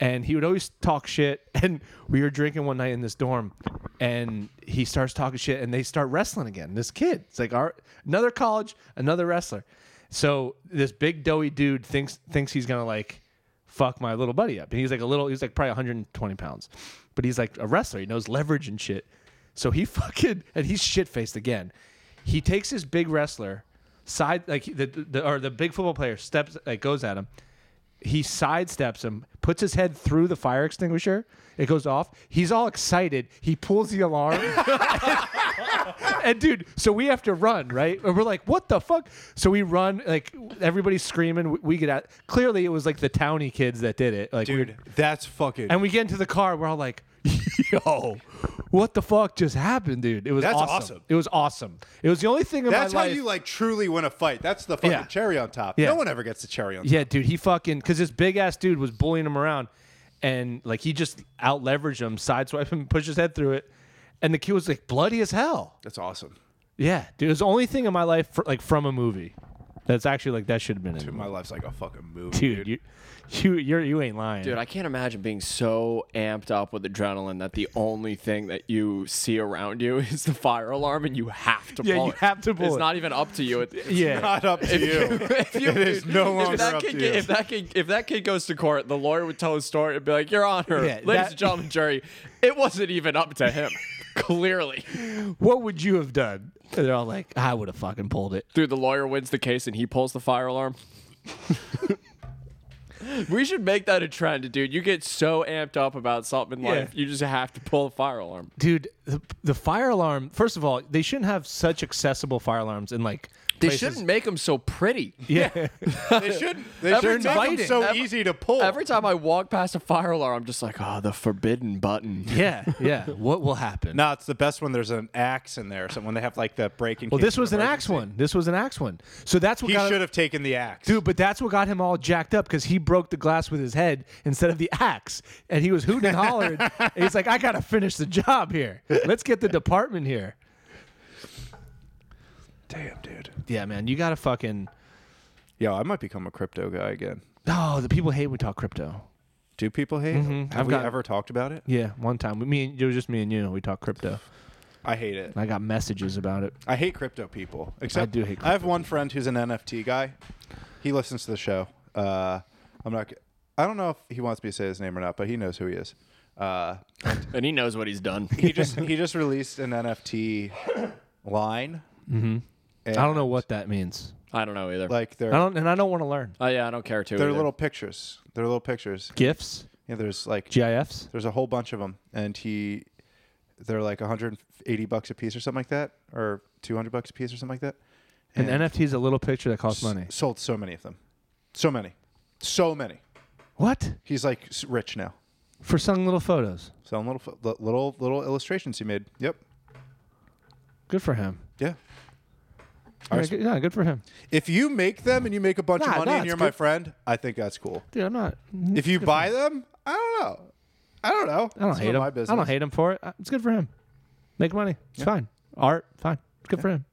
and he would always talk shit. And we were drinking one night in this dorm, and he starts talking shit, and they start wrestling again. This kid, it's like our another college, another wrestler. So this big doughy dude thinks thinks he's gonna like fuck my little buddy up, and he's like a little, he's like probably 120 pounds, but he's like a wrestler. He knows leverage and shit. So he fucking and he's shit faced again. He takes his big wrestler side like the, the or the big football player steps like goes at him he sidesteps him, puts his head through the fire extinguisher. It goes off. He's all excited. He pulls the alarm. and dude, so we have to run, right? And we're like, what the fuck? So we run, like everybody's screaming. We, we get out. Clearly, it was like the townie kids that did it. Like, we-
Dude, that's fucking.
and we get into the car. We're all like, yo, what the fuck just happened, dude? It was
That's
awesome.
awesome.
It was awesome. It was the only thing in
that's
my
how
life.
you like truly win a fight. That's the fucking
Yeah.
cherry on top.
Yeah.
No one ever gets the cherry on top.
Yeah, dude, he fucking because this big ass dude was bullying him around, and like he just out leveraged him, sideswiped him, pushed his head through it, and the kid was like bloody as hell.
That's awesome.
Yeah, dude, it was the only thing in my life for, like from a movie that's actually like that should have been in. a
Dude,
movie.
my life's like a fucking movie, dude.
Dude, you, you, you're, you ain't lying.
Dude, I can't imagine being so amped up with adrenaline that the only thing that you see around you is the fire alarm, and you have to.
Yeah,
blow
you
it.
have to blow
It's
it.
not even up to you. It- it's-
yeah,
Not up to you.
If you,
It is no longer
if that
up
kid,
to
get-
you.
If that kid, if that kid goes to court, the lawyer would tell his story and be like, "Your Honor,
Yeah,
ladies
that-
and gentlemen, jury, it wasn't even up to him. Clearly,
what would you have done? And they're all like, I would have fucking pulled it.
dude, the lawyer wins the case and he pulls the fire alarm." we should make that a trend, dude. You get so amped up about something in
Yeah.
life, you just have to pull a fire alarm.
Dude, the, the fire alarm. First of all, they shouldn't have such accessible fire alarms in like.
They
places-
shouldn't make them so pretty.
Yeah,
they shouldn't. They
Every
shouldn't
time-
make them so
every-
easy to pull.
Every time I walk past a fire alarm, I'm just like, oh, the forbidden button.
yeah, yeah. What will happen?
no, it's the best when there's an axe in there. So when they have like the breaking.
Well, this was an axe one. This was an axe one. So that's what
He
got
should have taken the axe.
dude. But that's what got him all jacked up because he broke the glass with his head instead of the axe, and he was hooting and hollering. and he's like, "I gotta finish the job here. Let's get the department here."
damn, dude.
Yeah, man, you gotta fucking.
Yo, I might become a crypto guy again.
Oh, the people hate when we talk crypto.
Do people hate? Have
Mm-hmm. I've
we
got-
ever talked about it?
Yeah, one time, me and it was just me and you. We talked crypto,
I hate it.
and I got messages about it.
I hate crypto people. Except
do hate
I have one friend who's an NFT guy. He listens to the show. Uh, I'm not. g- I don't know if he wants me to say his name or not, but he knows who he is. Uh,
And he knows what he's done.
he just he just released an NFT line. Mm-hmm. And,
I don't know what that means.
I don't know either.
Like
I
they're
don't, and I don't want to learn.
oh, yeah, I don't care too.
they're
either.
little pictures. They're little pictures.
GIFs,
Yeah, there's like
GIFs.
there's a whole bunch of them, and he they're like 180 bucks a piece or something like that, or 200 bucks a piece or something like that.
An NFT is a little picture that costs money.
Sold so many of them, so many, so many.
What
He's like s- rich now.
for some little photos?
Selling little fo- li- little little illustrations he made. Yep.
Good for him.
Yeah.
Yeah,
Ours-
good, yeah, good for him.
If you make them and you make a bunch
Nah,
of money
nah,
and
it's
you're my
good.
friend, I think that's cool.
Dude, I'm not.
If you buy them, I don't know. I don't know.
I don't hate him.
My business.
I don't hate him for it. Uh, It's good for him. Make money. It's fine. Art, fine. It's good for him.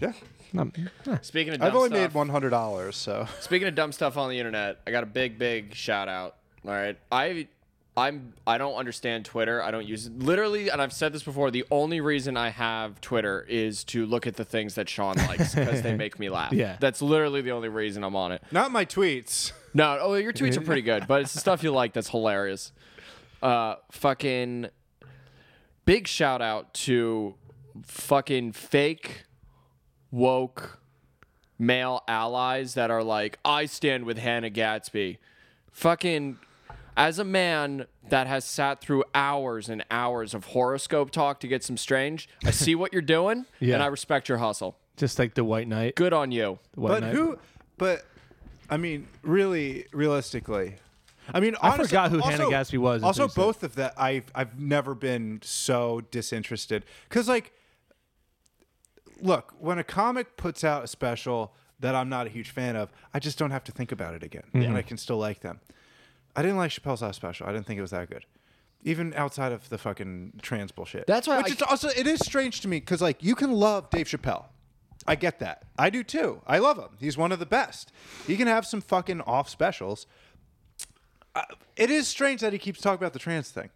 Yeah.
Not- eh.
Speaking of dumb
I've only
stuff,
made one hundred dollars, so
Speaking of dumb stuff on the internet, I got a big, big shout out. All right, I I'm I don't understand Twitter. I don't use it. Literally, and I've said this before, the only reason I have Twitter is to look at the things that Sean likes because they make me laugh.
Yeah.
That's literally the only reason I'm on it.
Not my tweets.
No, oh, your tweets are pretty good, but it's the stuff you like that's hilarious. Uh, fucking big shout out to fucking fake woke male allies that are like, I stand with Hannah Gatsby. Fucking, as a man that has sat through hours and hours of horoscope talk to get some strange, I see what you're doing
Yeah.
and I respect your hustle.
Just like the White Knight.
Good on you.
The White
But
Knight.
who? But I mean, really, realistically, I mean,
I
honestly,
forgot who
also,
Hannah Gatsby was
Also,
until you
both of that, I've I've never been so disinterested because, like, look, when a comic puts out a special that I'm not a huge fan of, I just don't have to think about it again, and
Mm-hmm.
I can still like them. I didn't like Chappelle's Last Special. I didn't think it was that good. Even outside of the fucking trans bullshit.
That's why
Which
I-
is also it is strange to me because like you can love Dave Chappelle. I get that. I do too. I love him. He's one of the best. He can have some fucking off specials. Uh, it is strange that he keeps talking about the trans thing.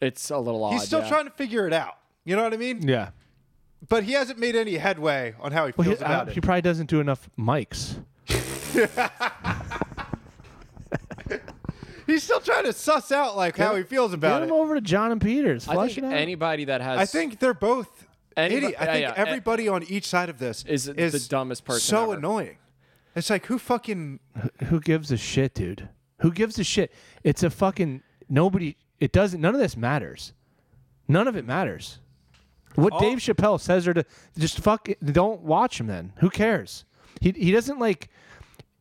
It's a little odd.
He's still
yeah.
trying to figure it out. You know what I mean?
Yeah.
But he hasn't made any headway on how he
Well,
feels
he, I-
uh,
about
he
it.
probably doesn't do enough mics.
He's still trying to suss out like how he feels
Get
about
him
it.
over to John and Peters.
I
Flush
think
it out.
anybody that has
I think they're both.
Any-
idi- I
yeah,
think
yeah.
everybody on each side of this
Is the dumbest person
So
ever.
annoying. It's like who fucking
Who gives a shit, dude? Who gives a shit? It's a fucking nobody. It doesn't. None of this matters. None of it matters. What Dave Chappelle says or to just fuck. It, don't watch him. Then who cares? He he doesn't like.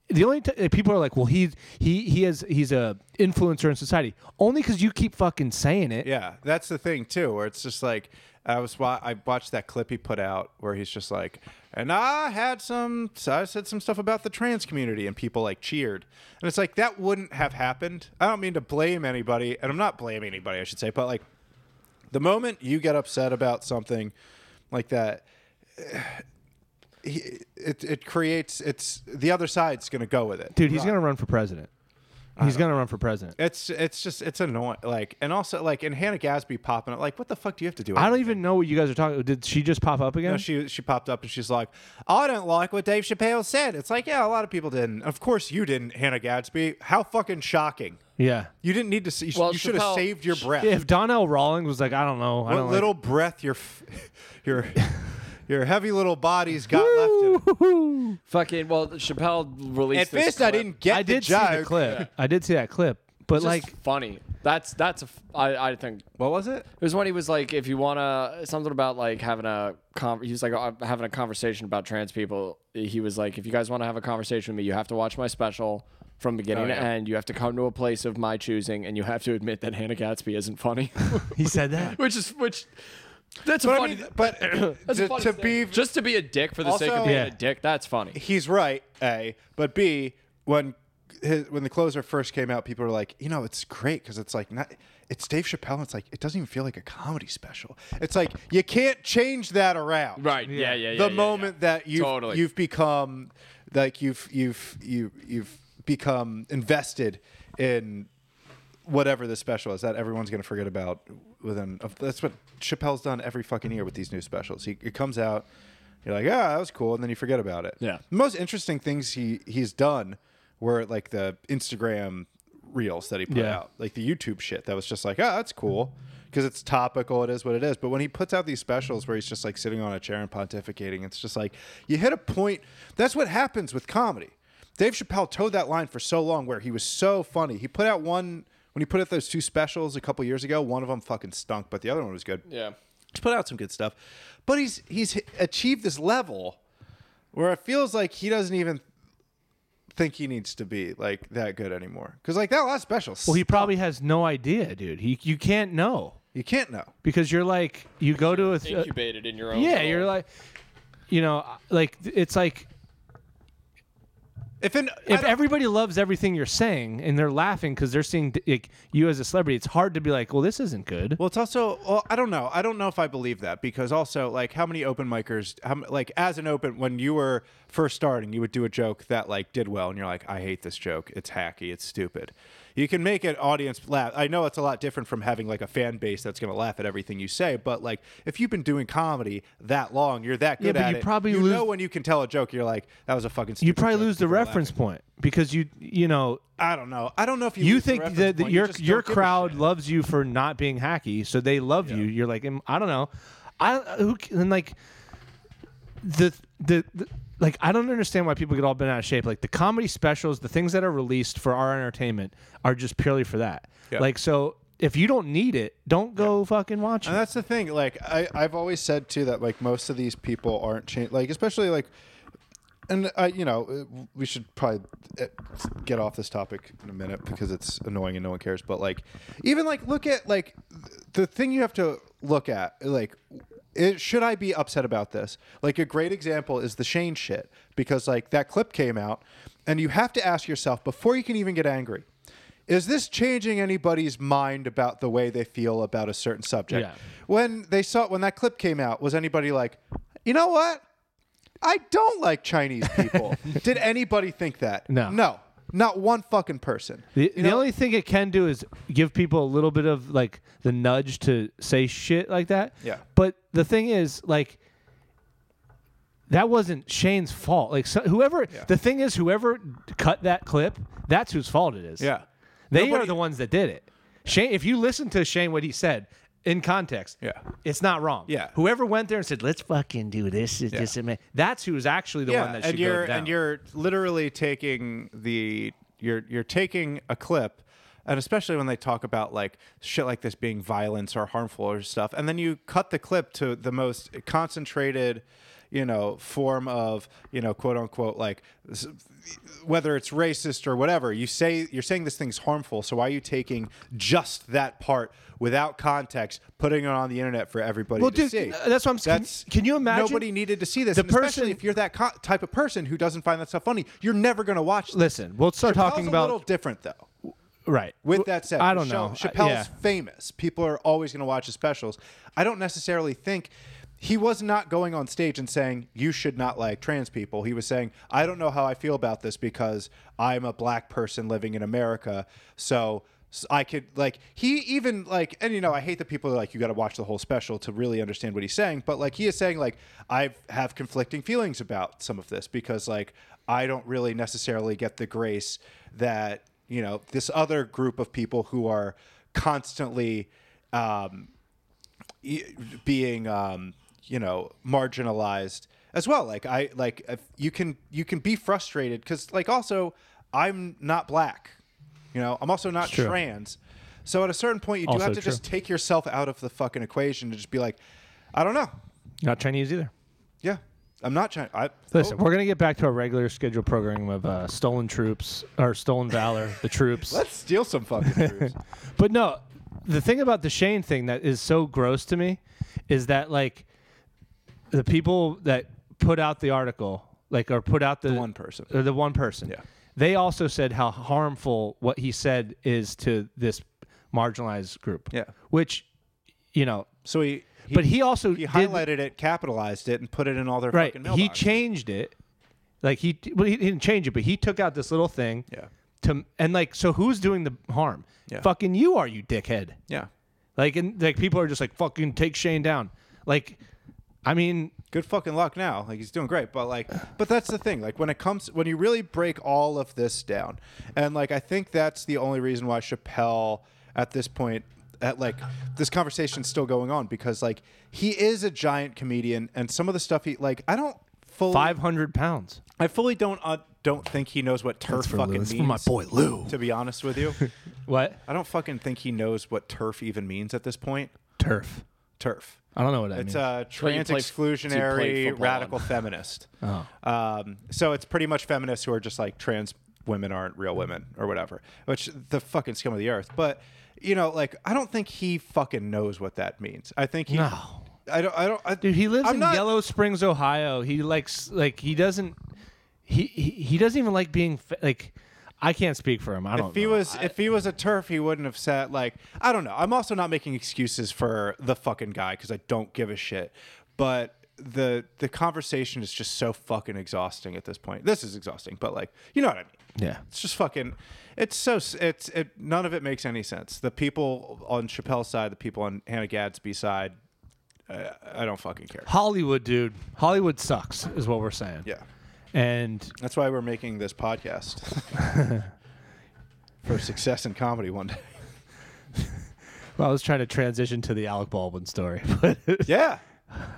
The only t- people are like, well, he he he has he's a influencer in society only because you keep fucking saying it.
Yeah, that's the thing too, where it's just like I was. wa- I watched that clip he put out where he's just like, and I had some. so I said some stuff about the trans community, and people like cheered, and it's like that wouldn't have happened. I don't mean to blame anybody, and I'm not blaming anybody, I should say, but like the moment you get upset about something like that. he- It, it creates it's the other side's gonna go with it
dude, he's gonna run for president. He's gonna run for president.
it's it's just it's annoying like and also like and hannah gasby popping it like what the fuck do you have to do
I don't even know what you guys are talking. Did she just pop up again?
No, she she popped up and she's like, "I don't like what Dave Chappelle said." It's like, yeah, a lot of people didn't. Of course, you didn't, Hannah Gadsby. How fucking shocking!
yeah.
You didn't need to. See, you,
Well,
you should have
Chappelle-
saved your breath.
If Donnell Rawlings was like, I don't know, I
what
don't
little breath your f- your your heavy little body's got left in it.
Like,
Fucking well, Chappelle released.
At
this
first, I
clip.
didn't get
I
the
did see
joke.
the clip. I did see that clip, but
Just
like,
funny. That's that's a. f- I I think it
What was it?
was when he was like, if you wanna something about like having a con. He was like uh, having a conversation about trans people. He was like, if you guys want to have a conversation with me, you have to watch my special from beginning to
Oh, yeah.
end. You have to come to a place of my choosing, and you have to admit that Hannah Gatsby isn't funny,
he said that.
which is which. That's a
But I
funny.
mean, but
that's a
to,
funny
to be
statement. just to be a dick for the sake of
Also-
being
Yeah.
a dick. That's funny.
he's right a but b when his, when the closer first came out people were like you know it's great because it's like not it's dave chappelle and it's like it doesn't even feel like a comedy special it's like you can't change that around
Right. Yeah. Yeah. yeah, yeah,
the
yeah.
moment that you
Totally.
you've become like you've you've you you've become invested in whatever the special is that everyone's going to forget about within that's what Chappelle's done every fucking year with these new specials. He it comes out you're like, "Ah, that was cool," and then you forget about it.
Yeah.
The most interesting things he he's done were like the Instagram reels that he put
Yeah.
out, like the YouTube shit that was just like, "Ah, that's cool." Because it's topical, it is what it is. But when he puts out these specials where he's just like sitting on a chair and pontificating, it's just like you hit a point. That's what happens with comedy. Dave Chappelle towed that line for so long where he was so funny. He put out one when he put out those two specials a couple years ago. One of them fucking stunk, but the other one was good.
Yeah.
He's put out some good stuff, but he's he's hi- achieved this level where it feels like he doesn't even think he needs to be like that good anymore. Because like that last special,
Well, he probably has no idea, dude. He you can't know
you can't know.
because you're like you go to a th-
Incubated in your own.
Uh, yeah,
little-
you're like, you know, like it's like
If an I
if
don't-
everybody loves everything you're saying and they're laughing because they're seeing like, you as a celebrity, it's hard to be like, well, this isn't good.
Well, it's also well, I don't know. I don't know if I believe that because also like how many open micers how m- like as an open when you were first starting, you would do a joke that like did well and you're like I hate this joke. It's hacky, it's stupid. You can make an audience laugh. I know it's a lot different from having like a fan base that's going to laugh at everything you say, but like if you've been doing comedy that long, you're that good
but
at
you
it.
probably
you
lose-
know when you can tell a joke, you're like, that was a fucking.
You
stupid
probably
joke.
lose the
People laugh.
reference point because you you know
I don't know. I don't know if you
you
lose the
think
reference
that, that
point, you
your
just don't
your
give a
crowd
shit.
loves you for not being hacky, so they love you. You're like, "Mm, I don't know, I who c- and like the, the the like I don't understand why people get all bent out of shape. Like the comedy specials, the things that are released for our entertainment are just purely for that.
Yeah.
Like so, if you don't need it, don't go fucking watch
And
it.
that's the thing. Like I, I've always said too that like most of these people aren't cha- like especially like, and I you know uh, we should probably uh, get off this topic in a minute because it's annoying and no one cares. But like even like look at like th- the thing you have to look at like. It, should I be upset about this? Like a great example is the Shane shit because like that clip came out, and you have to ask yourself before you can even get angry, is this changing anybody's mind about the way they feel about a certain subject?
Yeah.
When they saw when that clip came out, was anybody like, you know what? I don't like Chinese people. Did anybody think that?
No.
No. Not one fucking person.
The, the only thing it can do is give people a little bit of like the nudge to say shit like that.
Yeah.
But the thing is, like, that wasn't Shane's fault. Like, so, whoever, the thing is, whoever cut that clip, that's whose fault it is. They
Nobody-
are the ones that did it. Shane, if you listen to Shane, what he said in context,
Yeah.
it's not wrong.
Yeah.
Whoever went there and said, let's fucking do this, this, this, and that," that's who's actually the
yeah,
one that should
and you're
go down.
and you're literally taking the you're you're taking a clip and especially when they talk about like shit like this being violence or harmful or stuff and then you cut the clip to the most concentrated you know form of you know quote unquote like s- whether it's racist or whatever you say you're saying this thing's harmful so why are you taking just that part without context putting it on the internet for everybody
Well,
to
dude, uh,
see
that's what I'm s- can- can you imagine-
nobody needed to see this
The
and especially
person-
if you're that co- type of person who doesn't find that stuff funny, you're never going to watch. This.
Listen, we'll start talking
Chappelle's
about
a little different though.
right.
With that said,
I don't
Chappelle-
know.
Chappelle's
Yeah.
famous. People are always going to watch his specials. I don't necessarily think he was not going on stage and saying you should not like trans people. He was saying I don't know how I feel about this because I'm a black person living in America, so. s- I could like he even like and you know I hate that people are like you got to watch the whole special to really understand what he's saying but like he is saying like I have conflicting feelings about some of this because like I don't really necessarily get the grace that you know this other group of people who are constantly um, e- being um, you know marginalized as well like i like if you can you can be frustrated because like also i'm not black you know i'm also not
true.
trans so at a certain point you do
Also
have to
true.
just take yourself out of the fucking equation and just be like i don't know
Not Chinese either.
yeah i'm not trying i
Listen, we're gonna get back to our regular scheduled program of uh, stolen troops or stolen valor, the troops.
oh, let's steal some fucking troops.
But no, the thing about the Shane thing that is so gross to me is that like the people that put out the article, like or put out the,
one person.
or the one person,
Yeah.
they also said how harmful what he said is to this marginalized group.
Yeah.
which you know,
so he, he
but he also
he
did-
highlighted it capitalized it and put it in all their
right.
fucking
He
mailboxes.
changed it, like he well, he didn't change it, but he took out this little thing.
Yeah.
To and like, so who's doing the harm?
Yeah.
Fucking you are, you dickhead.
yeah
Like and like people are just like fucking take Shane down. Like I mean,
good fucking luck now like he's doing great but like but that's the thing like when it comes when you really break all of this down and like i think that's the only reason why chappelle at this point at like this conversation's still going on because like he is a giant comedian and some of the stuff he like i don't fully
500 pounds.
i fully don't uh, don't think he knows what turf
for Lou.
fucking means
That's for my boy, Lou.
to be honest with you
What?
i don't fucking think he knows what turf even means at this point
Turf.
turf
I don't know what that
It's uh,
means.
a
what you
trans
play f- it's what you play
exclusionary
football
radical
on.
feminist.
Oh.
Um, so it's pretty much feminists who are just like trans women aren't real women or whatever, which the fucking scum of the earth. But you know, like I don't think he fucking knows what that means. I think he.
No.
I don't. I don't. I,
Dude, he lives
I'm
in
not-
Yellow Springs, Ohio. He likes like he doesn't he he, he doesn't even like being fa- like I can't speak for him. I don't
If he
know.
was, if he was a turf, he wouldn't have said like I don't know. I'm also not making excuses for the fucking guy because I don't give a shit. But the the conversation is just so fucking exhausting at this point. This is exhausting, but like you know what I mean.
Yeah.
It's just fucking. It's so. s- It's it. None of it makes any sense. The people on Chappelle's side, the people on Hannah Gadsby's side. Uh, I don't fucking care.
Hollywood, dude. Hollywood sucks, is what we're saying.
Yeah.
And
That's why we're making this podcast for success in comedy one day.
well, I was trying to transition to the Alec Baldwin story, but
Yeah.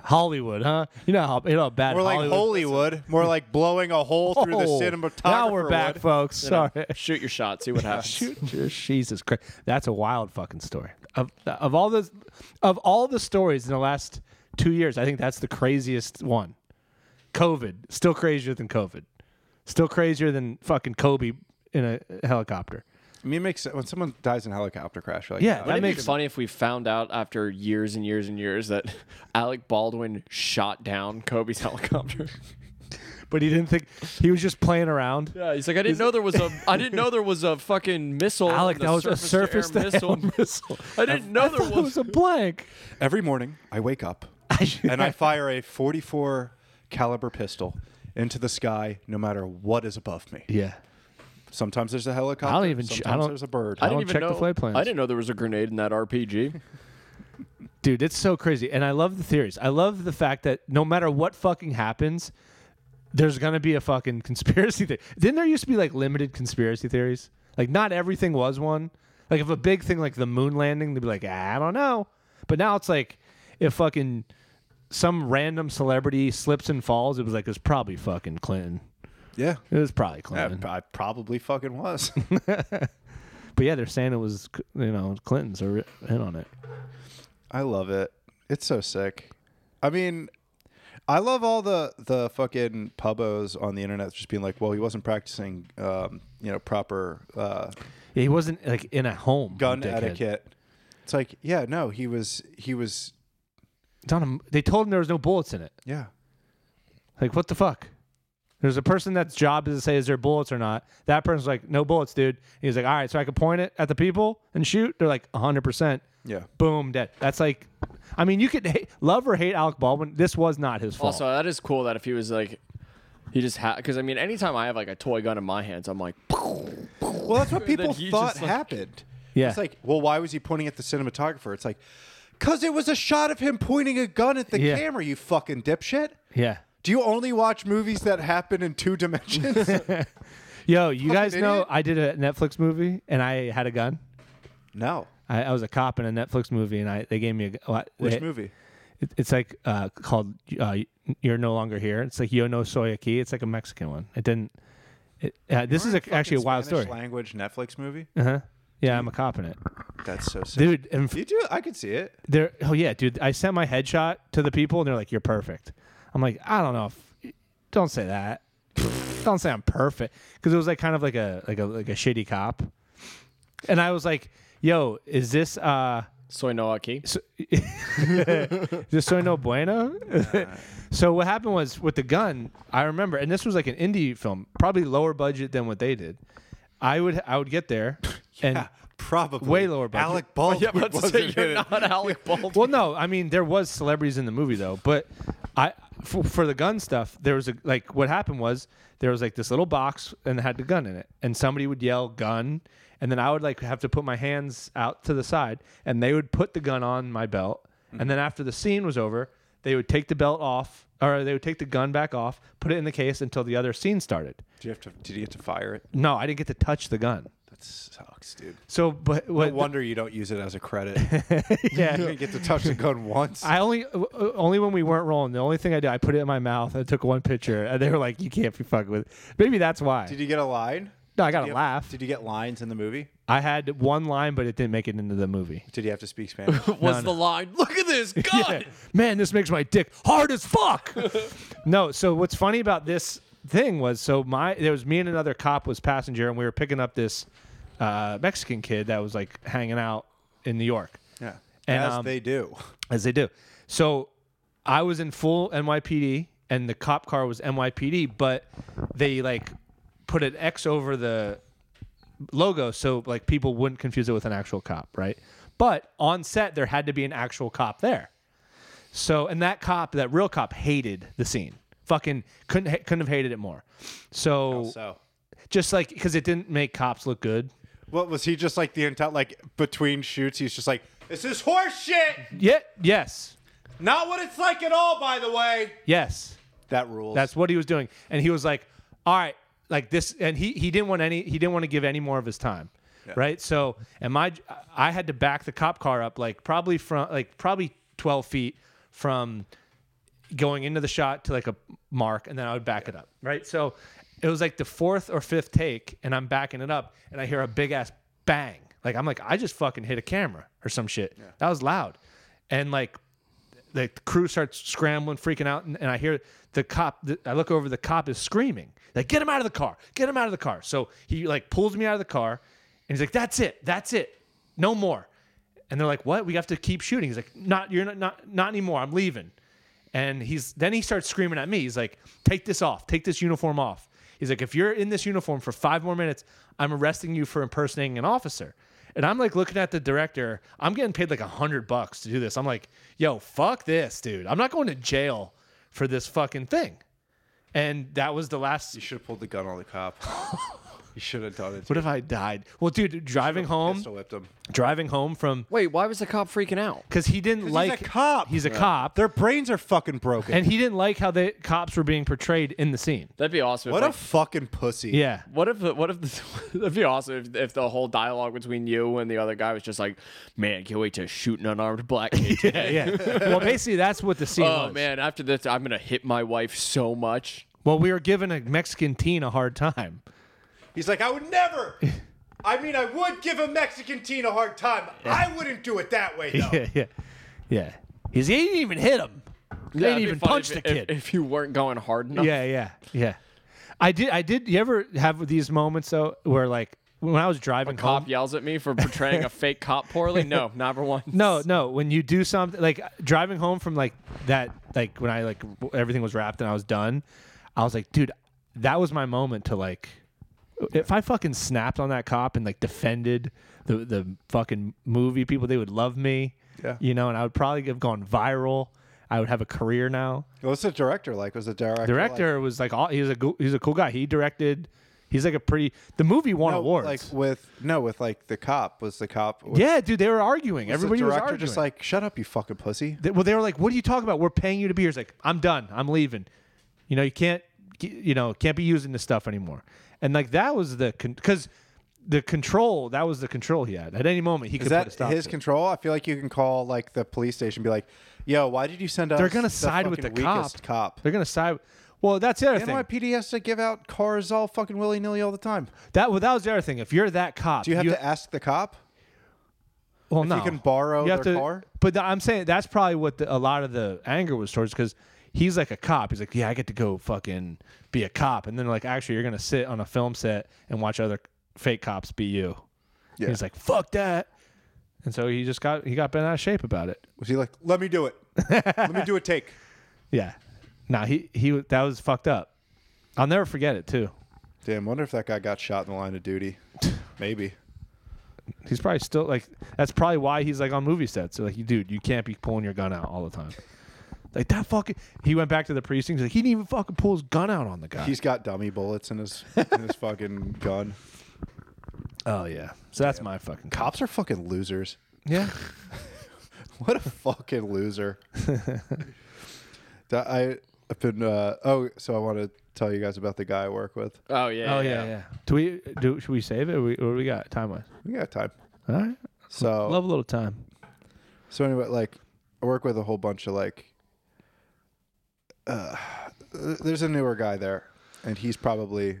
Hollywood, huh? You know how you know how bad
More like
Hollywood.
Hollywood, more like blowing a hole through the
Oh,
cinematographer.
Now we're back,
would.
folks.
You know,
Sorry.
shoot your shot, see what happens.
Shoot, Jesus Christ, that's a wild fucking story. Of of all the of all the stories in the last two years, I think that's the craziest one. COVID, still crazier than COVID, still crazier than fucking Kobe in a helicopter.
I mean, it makes sense. when someone dies in a helicopter crash. Like,
Yeah,
oh,
that
Wouldn't it
makes-
be funny if we found out after years and years and years that Alec Baldwin shot down Kobe's helicopter?
But he didn't think he was just playing around.
Yeah, he's like, I didn't know there was a, I didn't know there was a fucking missile.
Alec, that was a surface to missile. missile.
I didn't know there
thought it was a blank.
every morning I wake up and I fire a 44 caliber pistol into the sky, no matter what is above me.
yeah.
Sometimes there's a helicopter.
I don't even- I
Sometimes
don't-
there's a bird.
I don't check the flight plans.
I didn't know there was a grenade in that RPG.
Dude, it's so crazy. And I love the theories. I love the fact that no matter what fucking happens, there's going to be a fucking conspiracy theory. Didn't there used to be like limited conspiracy theories? Like not everything was one. Like if a big thing like the moon landing, they'd be like, "Ah, I don't know. But now it's like if fucking some random celebrity slips and falls, it was like it's probably fucking Clinton.
yeah.
It was probably
Yeah,
Clinton.
I probably fucking was.
But yeah, they're saying it was you know Clinton's are in on it.
I love it. It's so sick. I mean, I love all the the fucking pubos on the internet just being like, "Well, he wasn't practicing, um, you know, proper uh,
Yeah, he wasn't like in a home
gun
dickhead.
etiquette." It's like, yeah, no, he was, he was,
It's on a- they told him there was no bullets in it.
yeah,
Like what the fuck? There's a person that's job is to say is there bullets or not. That person's like no bullets, dude. And he's like all right, so I can point it at the people and shoot. They're like 100. percent
yeah.
Boom, dead. That's like, I mean, you could hate, love or hate Alec Baldwin. This was not his fault.
also, that is cool that if he was like, he just had, because I mean, anytime I have like a toy gun in my hands, I'm like,
Well, that's what people
he
thought
just, like-
happened.
Yeah.
It's like, well, why was he pointing at the cinematographer? It's like, because it was a shot of him pointing a gun at the
Yeah.
camera. You fucking dipshit.
yeah.
Do you only watch movies that happen in two dimensions?
Yo, you guys know
idiot.
I did a Netflix movie and I had a gun.
no.
I, I was a cop in a Netflix movie and I they gave me a gu- well, I-
Which
they-
movie?
It, it's like uh, called uh, "You're No Longer Here." It's like "Yo No Soy Aquí." It's like a Mexican one. It didn't. It, uh, this is a, actually a wild
Spanish
story.
Language Netflix movie.
Uh huh. Yeah, I'm a cop in it,
That's so sick.
dude. And f-
You do. I could see it.
they're oh yeah, dude. I sent my headshot to the people and they're like, "You're perfect." I'm like, I don't know. If, don't say that. don't say I'm perfect because it was like kind of like a like a like a shitty cop, and I was like, Yo, is this uh?
soy no aquí.
Just so I know, bueno. so what happened was with the gun, I remember, and this was like an indie film, probably lower budget than what they did. I would I would get there, and
Probably
Way lower budget.
Alec Baldwin
Yeah, but to
wasn't
say
in
you're
it.
not Alec Baldwin.
well, no, I mean there was celebrities in the movie though, but I for, for the gun stuff there was a like what happened was there was like this little box and it had the gun in it, and somebody would yell gun, and then I would like have to put my hands out to the side, and they would put the gun on my belt, and then after the scene was over, they would take the belt off or they would take the gun back off, put it in the case until the other scene started.
Did you have to? Did you get to fire it?
No, I didn't get to touch the gun.
That sucks, dude.
So, but
No
what?
wonder you don't use it as a credit.
yeah.
you didn't get to touch the gun once.
I only o- o- only when we weren't rolling. The only thing I did, I put it in my mouth. I took one picture, and they were like, "You can't be fucking with." It. Maybe that's why.
did you get a line?
no, I got
Did
to
you-
laugh.
Did you get lines in the movie?
I had one line, but it didn't make it into the movie.
Did you have to speak Spanish?
was the line? Look at this gun.
Man, this makes my dick hard as fuck. no, so what's funny about this thing was so my there was me and another cop was passenger, and we were picking up this uh, Mexican kid that was like hanging out in New York.
yeah.
And,
as
um,
they do.
As they do. So I was in full NYPD and the cop car was NYPD, but they like put an X over the logo so like people wouldn't confuse it with an actual cop, right? But on set there had to be an actual cop there. So, and that cop, that real cop, hated the scene. Fucking couldn't ha- couldn't have hated it more. So,
So,
just like because it didn't make cops look good.
what was he just like the entire like between shoots? He's just like, this is horse shit.
Yeah. Yes.
Not what it's like at all, by the way.
Yes.
That rules.
That's what he was doing. And he was like, "All right, like this." And he he didn't want any. He didn't want to give any more of his time, right? So, and my I had to back the cop car up, like probably from like probably twelve feet from going into the shot to like a mark, and then I would back it up, right? So, it was like the fourth or fifth take, and I'm backing it up, and I hear a big ass bang. Like I'm like, I just fucking hit a camera or some shit. That was loud, and like the crew starts scrambling, freaking out, and, and I hear the cop. The, I look over, the cop is screaming, like, "Get him out of the car! Get him out of the car!" So he like pulls me out of the car, and he's like, "That's it! That's it! No more!" And they're like, "What? We have to keep shooting." He's like, "Not you're not not, not anymore. I'm leaving." And he's then he starts screaming at me. He's like, "Take this off! Take this uniform off!" He's like, "If you're in this uniform for five more minutes, I'm arresting you for impersonating an officer." And I'm like looking at the director. I'm getting paid like a hundred bucks to do this. I'm like, "Yo, fuck this, dude! I'm not going to jail for this fucking thing." And that was the last.
You should have pulled the gun on the cop. you should have done it.
What if I died? Well, dude, driving home,
Pistol whipped him.
driving home from
Wait, why was the cop freaking out?
because he didn't
Like,
like
he's a cop.
He's a cop.
Their brains are fucking broken.
and he didn't like how the cops were being portrayed in the scene.
That'd be awesome.
what
if,
a fucking pussy.
Yeah.
What if what if the, that'd be awesome if, if the whole dialogue between you and the other guy was just like, man, can't wait to shoot an unarmed black kid. today."
Yeah. well, basically, that's what the scene
oh
was.
man, after this, I'm gonna hit my wife so much.
Well, we were giving a Mexican teen a hard time.
He's like, I would never. I mean, I would give a Mexican teen a hard time. I wouldn't do it that way, though.
Yeah, yeah, yeah. Because he didn't even hit him. They
That'd
didn't
be
even
funny
punch the
if,
kid.
If, if you weren't going hard enough.
yeah, yeah, yeah. I did. I did. You ever have these moments though, where like when I was driving home,
Cop yells at me for portraying a fake cop poorly. No, never once.
No, no. When you do something like driving home from like that, like when I like w- everything was wrapped and I was done, I was like, dude, that was my moment to like, if I fucking snapped on that cop and like defended the the fucking movie people, they would love me.
Yeah.
You know, and I would probably have gone viral. I would have a career now.
What's the director like? Was the director
Director was like, all, he's a go- he's a cool guy. He directed. He's like a pretty. The movie won
like, no,
awards.
like with no with like the cop was the cop. Was
yeah, dude, they were arguing. Everybody
the
was
director
arguing.
just like shut up, you fucking pussy.
They, well, they were like, "What are you talking about? We're paying you to be here." He's like, "I'm done. I'm leaving. You know, you can't, you know, can't be using this stuff anymore." And like that was the because the control that was the control he had at any moment he
Is
could put a
that
stop.
his
to it.
control? I feel like you can call like the police station, and be like, "Yo, why did you send us?"
They're gonna
the
side with the
fucking
cop.
weakest cop.
They're gonna side. Well, that's the other thing.
NYPD has to give out cars all fucking willy nilly all the time.
That well, that was the other thing. If you're that cop,
Do you have to ask the cop?
well,
you
no.
can borrow
You have
their
to-
car?
But th- I'm saying that's probably what the, a lot of the anger was towards because he's like a cop. He's like, yeah, I get to go fucking be a cop, and then like actually you're gonna sit on a film set and watch other fake cops be you.
Yeah.
He's like, fuck that. And so he just got he got bent out of shape about it.
Was he like, "Let me do it. Let me do a take."
Yeah. Nah, he he w- that was fucked up. I'll never forget it too.
Damn, wonder if that guy got shot in the line of duty. Maybe.
He's probably still like that's probably why he's like on movie sets. So like, dude, you can't be pulling your gun out all the time. Like that fucking he went back to the precinct, he's like he didn't even fucking pull his gun out on the guy.
He's got dummy bullets in his in his fucking gun.
oh yeah. So that's my fucking cop.
Cops are fucking losers.
Yeah.
What a fucking loser. that I, I've been. Uh, oh, so I want to tell you guys about the guy I work with.
Oh yeah.
Oh yeah, yeah. Do we do should we save it? Or we, what do we got time wise?
We got time.
All right.
So
Love a little time.
so anyway, like I work with a whole bunch of like. Uh, there's a newer guy there, and he's probably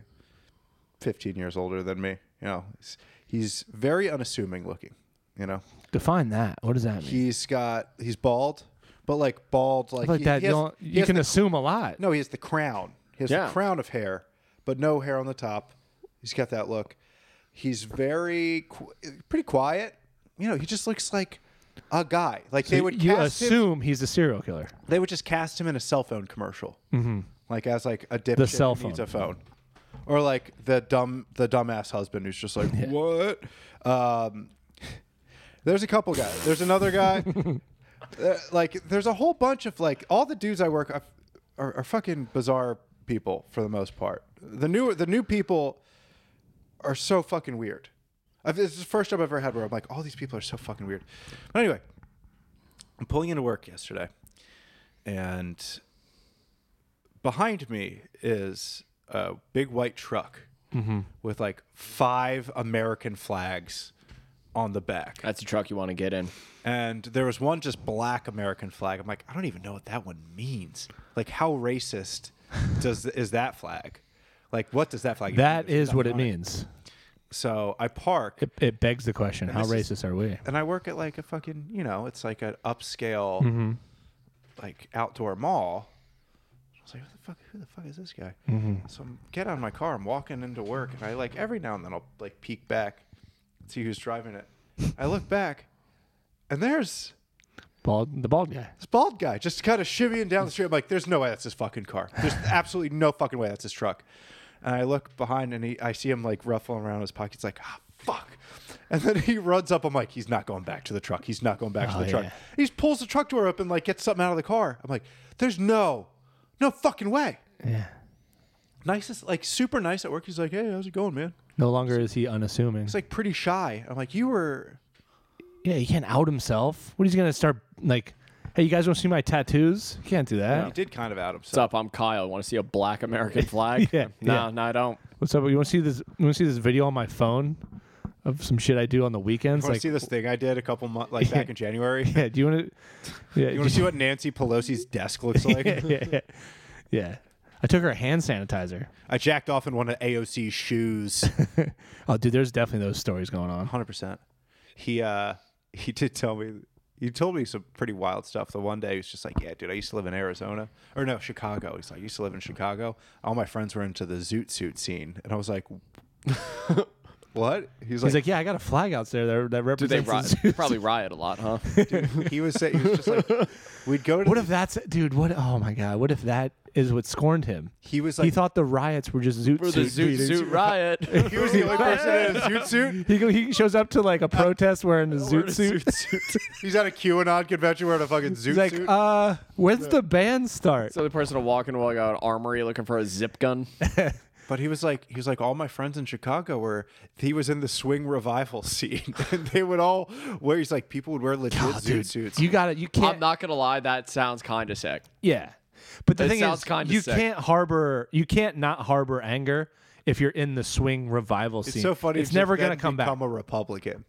15 years older than me. You know, he's, he's very unassuming looking. You know,
Define that. What does that mean?
he's got he's bald, but like bald like,
like
he-
that
he
you,
has-
don't,
he
you
has
can
the
assume a lot.
No, he has the crown. He has
Yeah.
the crown of hair, but no hair on the top. He's got that look. He's very qu- pretty quiet. You know, he just looks like a guy. Like they would
you
cast him,
assume he's a serial killer.
they would just cast him in a cell phone commercial, mm-hmm. like as like a dipshit
cell
who needs
phone.
a phone, or like the dumb the dumbass husband who's just like what. Um, there's a couple guys. There's another guy. uh, like there's a whole bunch of like all the dudes I work I've- are, are fucking bizarre people for the most part. The new the new people are so fucking weird. I've, this is the first job I've ever had where I'm like, all these people are so fucking weird. But anyway, I'm pulling into work yesterday, and behind me is a big white truck
Mm-hmm.
with like five American flags on the back.
That's a truck you want to get in.
And there was one just black American flag. I'm like, I don't even know what that one means. Like, how racist does is that flag? Like, what does that flag? even
That
mean? There's
is what it
nothing on
means.
So I park,
It, it begs the question: How
this
racist are we?
and I work at like a fucking, you know, it's like an upscale, like outdoor mall. I was like, what the fuck? Who the fuck is this guy? So I'm get out of my car. I'm walking into work, and I like every now and then I'll like peek back, see who's driving it. I look back, and there's
Bald, the bald guy.
This bald guy just kind of shimmying down the street. I'm like, there's no way that's his fucking car. There's absolutely no fucking way that's his truck. And I look behind and he, I see him like ruffling around his pockets, like, ah, fuck. And then he runs up. I'm like, he's not going back to the truck. He's not going back to
Oh,
the truck.
yeah.
He just pulls the truck door up and like gets something out of the car. I'm like, there's no, no fucking way.
Yeah.
Nicest, like super nice at work. He's like, hey, how's it going, man?
No longer is he unassuming.
He's like pretty shy. I'm like, you were,
yeah, he can't out himself. What is he gonna start like? Hey, you guys want to see my tattoos? You can't do that.
he did kind of out
What's
himself.
up? I'm Kyle. Want to see a black American flag?
Yeah,
No,
yeah.
no, I don't.
What's up? You want to see this? You want to see this video on my phone of some shit I do on the weekends?
Want to
Like,
see this thing I did a couple months, like back in January?
yeah. Do you want to? Yeah.
You want to see what Nancy Pelosi's desk looks like?
yeah, yeah, yeah. I took her a hand sanitizer.
I jacked off in one of AOC's shoes.
Oh, dude, there's definitely those stories going on.
Hundred percent. He uh he did tell me he told me some pretty wild stuff. The one day he was just like, "Yeah, dude, I used to live in Arizona or no Chicago." He's like, "I used to live in Chicago. All my friends were into the zoot suit scene," and I was like, "What?" He's
He's
like,
like, yeah, I got a flag out there that, that
Do they
represents.
riot?
the zoo."
Probably riot a lot, huh?
he was saying, he was just like, "We'd go to."
What if that's dude? What? Oh my god! What if that is what scorned him?
he was
he
like,
thought the riots were just zoot
For the
suit
Zoot
meetings.
Suit riot.
he was the only person in a zoot suit.
He, go- he shows up to like a protest wearing a zoot suit.
He's at a QAnon convention wearing a fucking zoot
He's like,
suit.
uh, when's the band start?
So the person will walk into like an armory looking for a zip gun.
But he was like, he was like, all my friends in Chicago were. He was in the swing revival scene, and they would all wear. He's like, people would wear legit
Oh,
zoot
dude,
suits.
you got it. You can't.
I'm not gonna lie, that sounds kind of sick.
yeah, but the
That
thing
sounds
is,
kinda
you
sick.
can't harbor. You can't not harbor anger if you're in the swing revival scene.
it's so funny.
It's
to
never
then
gonna come back.
become a Republican.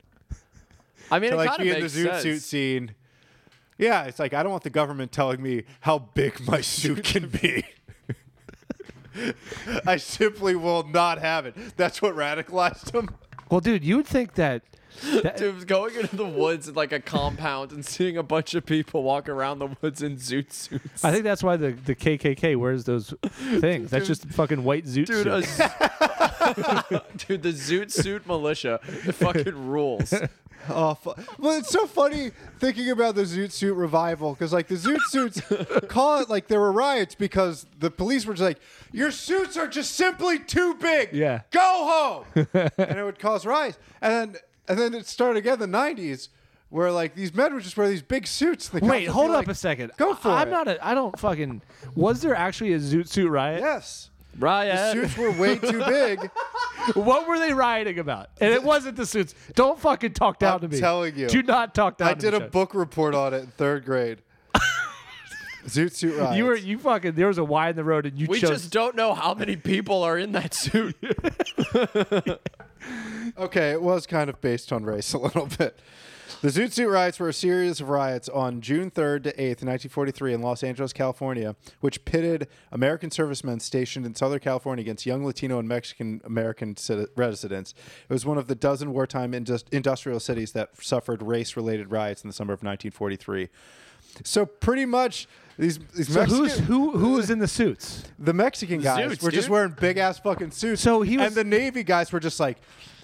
I mean,
To
it
like
kind
be
of
in the
makes
zoot
sense.
suit scene. Yeah, it's like I don't want the government telling me how big my suit can be. I simply will not have it. That's what radicalized him.
Well, dude, you would think that. that
Dude, going into the woods in like a compound and seeing a bunch of people walk around the woods in zoot suits.
I think that's why the, the KKK wears those things. That's just fucking white zoot
Dude,
suit.
a z- dude, the zoot suit militia it fucking rules.
Oh, fu- well, it's so funny thinking about the Zoot Suit revival because, like, the Zoot Suits call it like there were riots because the police were just like, "Your suits are just simply too big.
Yeah.
go home," and it would cause riots. And then, and then it started again in the '90s where like these men would just wear these big suits. and the cops
Wait,
would
hold
be
up
like,
a second.
Go for
I'm
it.
not a. I don't fucking. Was there actually a zoot suit riot?
Yes, the
Uh,
Riot.
suits were way too big.
What were they rioting about? And it wasn't the suits. Don't fucking talk down
I'm
to me.
telling you.
Do not talk down.
I
to
did
me,
a
Chuck.
book report on it in third grade. Zoot Suit riots.
You were you fucking. There was a Y in the road, and you
we
chose.
just don't know how many people are in that suit.
Okay, it was kind of based on race a little bit. The Zoot Suit riots were a series of riots on June 3rd to 8th, 1943, in Los Angeles, California, which pitted American servicemen stationed in Southern California against young Latino and Mexican American citi- residents. It was one of the dozen wartime indus- industrial cities that suffered race related riots in the summer of 1943. So, pretty much, these, these
so
Mexican,
who's who? Who was in the suits?
the Mexican guys
Suits,
were just
dude.
wearing big ass fucking suits.
So he was-
and the Navy guys were just like,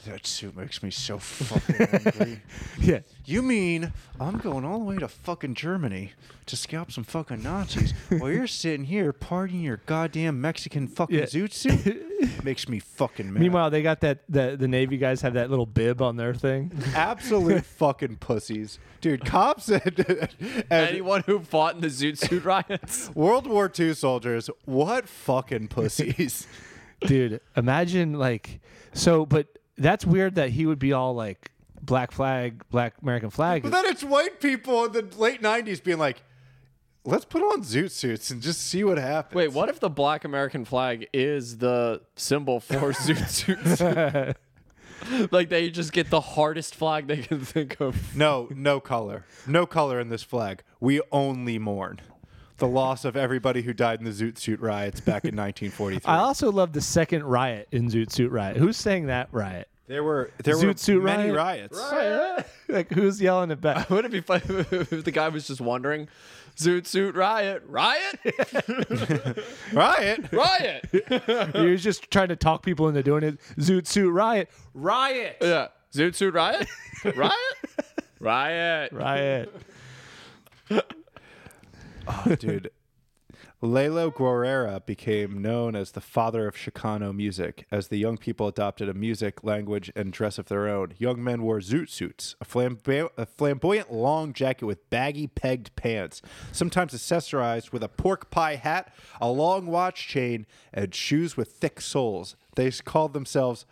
that suit makes me so fucking angry.
Yeah.
You mean I'm going all the way to fucking Germany to scalp some fucking Nazis while you're sitting here partying your goddamn Mexican fucking
Yeah.
zoot suit? Makes me fucking mad.
Meanwhile, they got that, that the Navy guys have that little bib on their thing.
absolute fucking pussies. Dude, cops and, and
Anyone who fought in the Zoot Suit riots.
World War II soldiers, what fucking pussies.
Dude, imagine like so but that's weird that he would be all like black flag, black American flag.
But then it's white people in the late '90s being like, "Let's put on zoot suits and just see what happens."
Wait, what if the black American flag is the symbol for Zoot Suits? like they just get the hardest flag they can think of.
No, no color, no color in this flag. We only mourn the loss of everybody who died in the zoot suit riots back in 1943.
I also love the second riot in Zoot Suit Riot. Who's saying that riot?
there were there were
Zoot suit
many
riot?
riots.
like who's yelling at back?
Wouldn't it be funny if the guy was just wondering, Zoot Suit riot, riot,
Riot.
riot?
he was just trying to talk people into doing it. Zoot Suit Riot, riot,
Yeah, Zoot Suit riot, riot, riot.
riot.
dude. Lalo Guerrera became known as the father of Chicano music, as the young people adopted a music, language, and dress of their own. Young men wore zoot suits, a, flamboy- a flamboyant long jacket with baggy pegged pants, sometimes accessorized with a pork pie hat, a long watch chain, and shoes with thick soles. They called themselves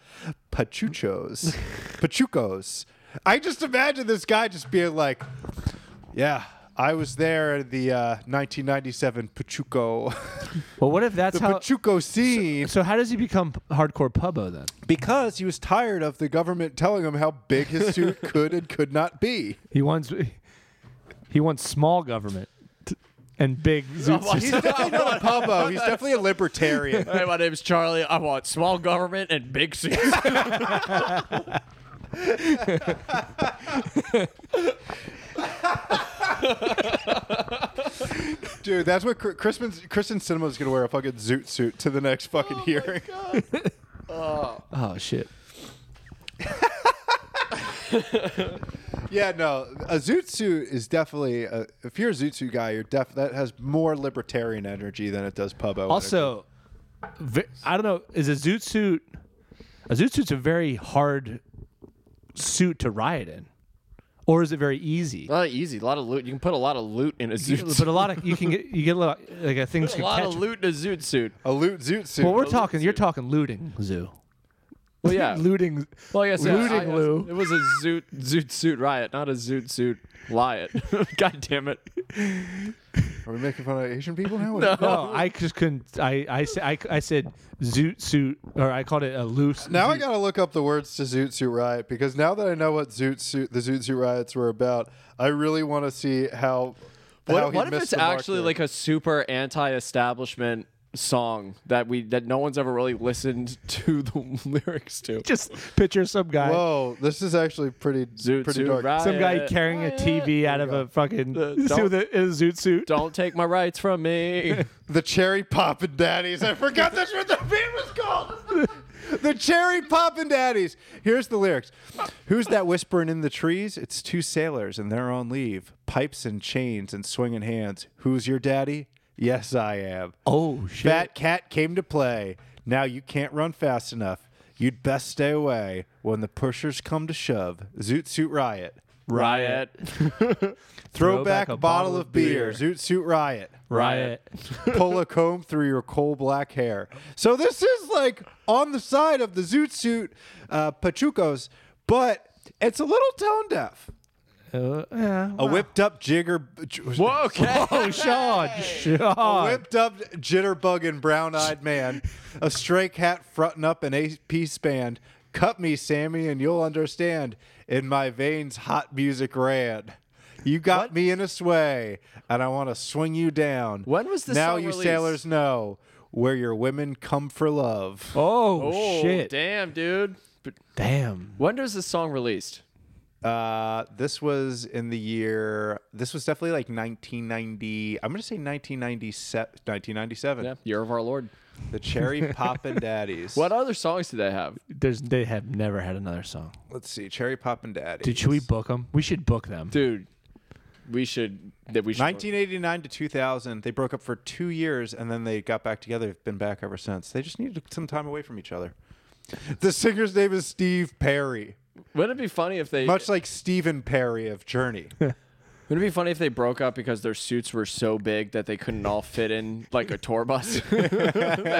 Pachuchos. Pachucos. I just imagine this guy just being like, yeah, I was there at the uh, 1997 Pachuco,
Well, what if that's how?
Pachuco scene
so how does he become hardcore pubbo then?
because he was tired of the government telling him how big his suit could and could not be.
He wants, he wants small government t- and big Zoot
Oh,
Suit.
He's definitely not a Pablo. He's definitely a libertarian.
Hey, my name's Charlie. I want small government and big suits.
Dude, that's what Cr- Kristen, Kristen Cinema is going to wear a fucking zoot suit to the next fucking hearing.
Oh shit!
Yeah, no, a zoot suit is definitely, a, if you're a zoot suit guy, you're def- that has more libertarian energy than it does Pubbo.
Also, ve- I don't know. Is a Zoot Suit a Zoot Suit's a very hard suit to riot in, or is it very easy?
a lot of easy, a lot of loot. You can put a lot of loot in a Zoot
But a lot of you can get you get a lot like uh, things.
A
can
lot
catch
of loot in a Zoot Suit.
a loot zoot suit.
Well, we're talking. You're talking looting zoo.
Well, yeah.
looting.
Well, I guess yeah,
Looting
I guess
Lou.
It was a zoot zoot suit riot, not a zoot suit riot. God damn it!
Are we making fun of Asian people now?
No, I just couldn't. I I sa- I, I said zoot suit, or I called it a loose.
Now I gotta look up the words to Zoot Suit Riot because now that I know what Zoot Suit the Zoot Suit riots were about, I really want to see how. how
What,
he
what if
missed
it's
the mark
actually
there.
like a super anti-establishment song that we that no one's ever really listened to the lyrics to?
just picture some guy,
Whoa, this is actually pretty
Zoot
pretty
suit
dark.
riot.
some guy carrying a TV out of a fucking
don't-
with a, in a zoot suit.
Don't take my rights from me.
The Cherry Pop and Daddies. I forgot that's what the band was called. the Cherry Pop and Daddies. Here's the lyrics. Who's that whispering in the trees? It's two sailors and they're on leave, pipes and chains and swinging hands. Who's your daddy? Yes, I am.
Oh shit!
Fat Cat came to play. Now you can't run fast enough. You'd best stay away when the pushers come to shove. Zoot Suit Riot.
riot,
Throw, back, a bottle of beer. Zoot Suit Riot.
riot.
Pull a comb through your coal black hair. So this is like on the side of the Zoot Suit uh, Pachucos, but it's a little tone deaf.
Uh, yeah.
A whipped up jigger.
Whoa, okay.
Oh Sean,
A
Sean.
whipped up jitterbug and brown eyed man, a stray cat frontin' up an eight piece band. Cut me, Sammy, and you'll understand. In my veins, hot music ran. You got me in a sway, and I want to swing you down.
When was this
Now
song
you
released?
sailors know where your women come for love.
Oh,
Oh
shit!
damn, dude. But
Damn.
when was this song released?
Uh, this was in the year. This was definitely like 1990. I'm gonna say 1997. 1997.
Yeah, year of our Lord.
The Cherry Poppin' Daddies.
What other songs do they have?
There's they have never had another song.
Let's see. Cherry Poppin' Daddies.
Dude, should we book them? We should book them.
Dude, we should that we should
1989 to 2000, they broke up for two years and then they got back together. They've been back ever since. They just needed some time away from each other. The singer's name is Steve Perry,
Wouldn't it be funny if they
much like Stephen Perry of Journey.
Wouldn't it be funny if they broke up because their suits were so big that they couldn't all fit in like a tour bus? they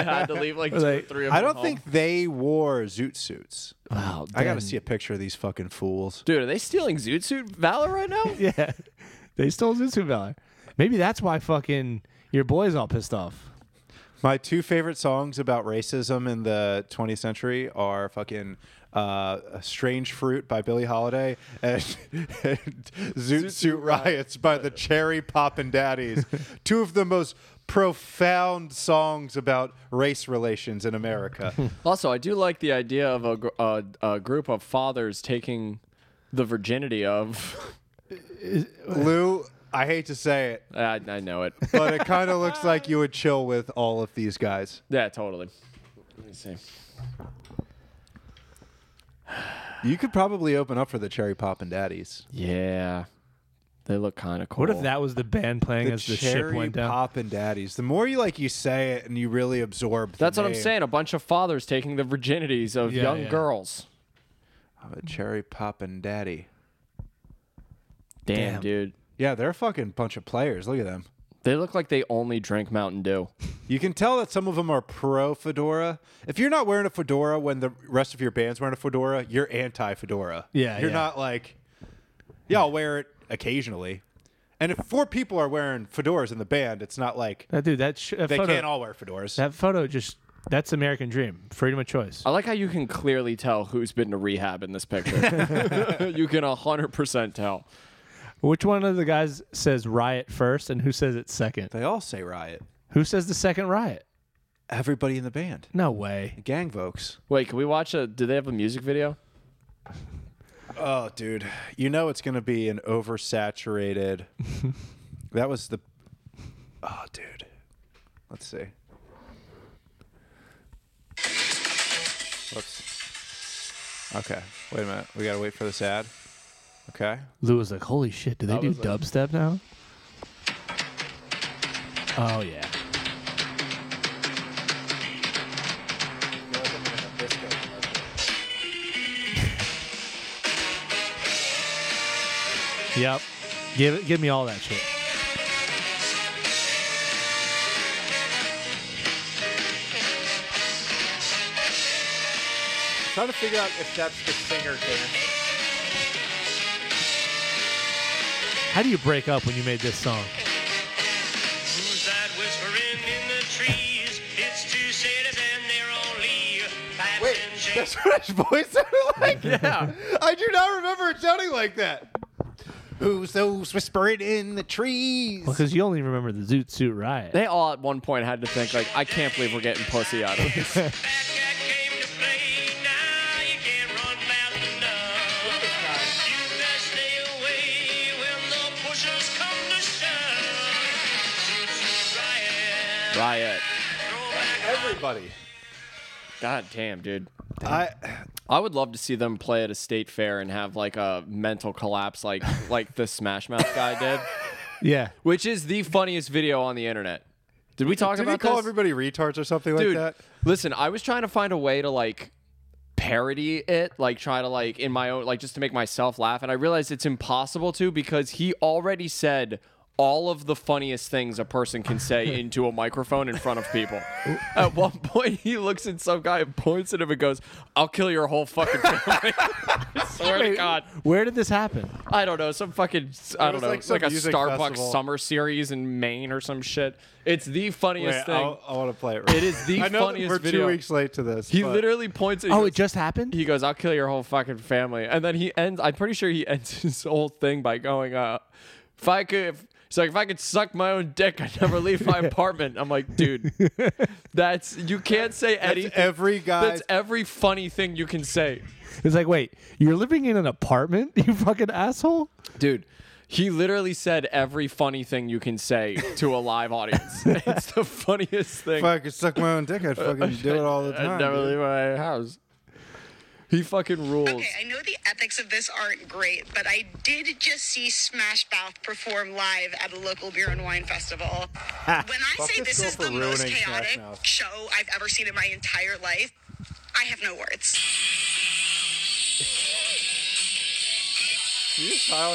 had to leave like two or
Like,
three of them.
I don't
home.
think they wore zoot suits.
Wow,
I got to
then-
see a picture of these fucking fools.
Dude, are they stealing Zoot Suit Valor right now?
Yeah, they stole Zuzu Valor. Maybe that's why fucking your boy's all pissed off.
My two favorite songs about racism in the 20th century are fucking uh, Strange Fruit by Billie Holiday and, and Zoot Suit Riots by the Cherry Poppin' Daddies. two of the most profound songs about race relations in America.
Also, I do like the idea of a, gr- a, a group of fathers taking the virginity of.
Lou, I hate to say it,
I, I know it.
but it kind of looks like you would chill with all of these guys.
Yeah, totally. Let me see.
You could probably open up for the Cherry Poppin' Daddies.
Yeah, they look kind of cool.
What if that was the band playing as the ship
cherry
went down?
poppin' daddies. The more you like, you say it, and you really absorb. the
That's what I'm
name.
saying. A bunch of fathers taking the virginities of
Yeah,
young
yeah.
girls.
I'm a cherry poppin' daddy.
Damn,
Damn.
dude.
Yeah, they're a fucking bunch of players. Look at them.
They look like they only drink Mountain Dew.
You can tell that some of them are pro fedora. If you're not wearing a fedora when the rest of your band's wearing a fedora, you're anti fedora.
Yeah,
you're
yeah.
not like, yeah, I'll wear it occasionally. And if four people are wearing fedoras in the band, it's not like
That dude, that, sh- that
they
photo,
can't all wear fedoras.
that photo just that's American dream, freedom of choice.
I
Oh.
like how you can clearly tell who's been to rehab in this picture. you can 100% tell.
Which one of the guys says riot first, and who says it second?
they all say riot.
Who says the second riot?
Everybody in the band,
No way.
gang folks.
Wait, can we watch a. Do they have a music video?
Oh, dude, you know it's gonna be an oversaturated. that was the. Oh, dude, let's see. Whoops. Okay, wait a minute. We gotta wait for this ad. Okay.
Lou was like, "Holy shit, do they do
was like-
dubstep now?" Oh yeah. Yep. Give it. Give me all that shit.
Trying to figure out if that's the singer dance.
How do you break up when you made this song?
Who's that whispering in the trees? It's two cities and they're only five
Wait,
and six.
that's what his voice sounded like. Yeah, I do not remember it sounding like that. Who's those whispering in the trees?
Because you only remember the Zoot Suit Riot.
They all at one point had to think, like, I can't believe we're getting pussy out of this.
That cat came to play. Now you can't run fast enough. You best stay away when the pushers come to shove. Riot.
Riot.
Throw back
Everybody.
God damn, dude.
I.
I would love to see them play at a state fair and have like a mental collapse, like like the Smash Mouth guy did,
yeah.
which is the funniest video on the internet. Did we talk
Did he
about
call
this?
everybody retards or something
Dude,
like that?
listen, I was trying to find a way to like parody it, like try to like in my own, like just to make myself laugh, and I realized it's impossible to because he already said all of the funniest things a person can say into a microphone in front of people. At one point, he looks at some guy and points at him and goes, "I'll kill your whole fucking family." I swear to God,
Where did this happen?
I don't know. Some fucking I
was
don't know,
like
like,
some
a
music
Starbucks
festival.
summer series in Maine or some shit. It's the funniest thing.
I want to play it. Right
It is the
I know that
funniest
We're
video.
two weeks late to this.
He
but
literally points at
Oh,
you.
it just happened.
he goes, "I'll kill your whole fucking family," and then he ends. I'm pretty sure he ends his whole thing by going, "Uh, if I could." If, it's like if I could suck my own dick, I'd never leave my apartment. I'm like, dude, that's you can't say
That's
anything.
every guy.
That's every funny thing you can say,
It's like, wait, you're living in an apartment, you fucking asshole.
dude. He literally said every funny thing you can say to a live audience. it's the funniest thing.
Fuck, it suck my own dick. I'd fucking do it all the
I
time.
never
dude.
leave my house. He fucking rules.
Okay, I know the ethics of this aren't great, but I did just see Smash Mouth perform live at a local beer and wine festival. when I
Fuck
say
this
this
girl
is
for
the most
ruining Smash
chaotic
Mouth.
show I've ever seen in my entire life, I have no words.
you use Heil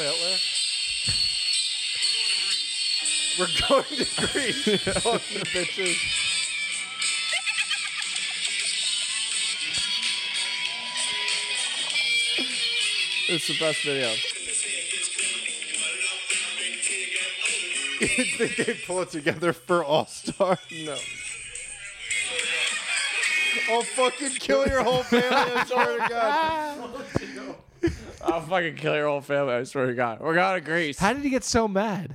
Hitler? We're going to Greece. Fuck you, bitches.
It's the best video.
You think they pull it together for All Star?
No.
I'll fucking kill your whole family. I swear to God.
I'll fucking kill your whole family. I swear to God. We're going to Greece.
How did he get so mad?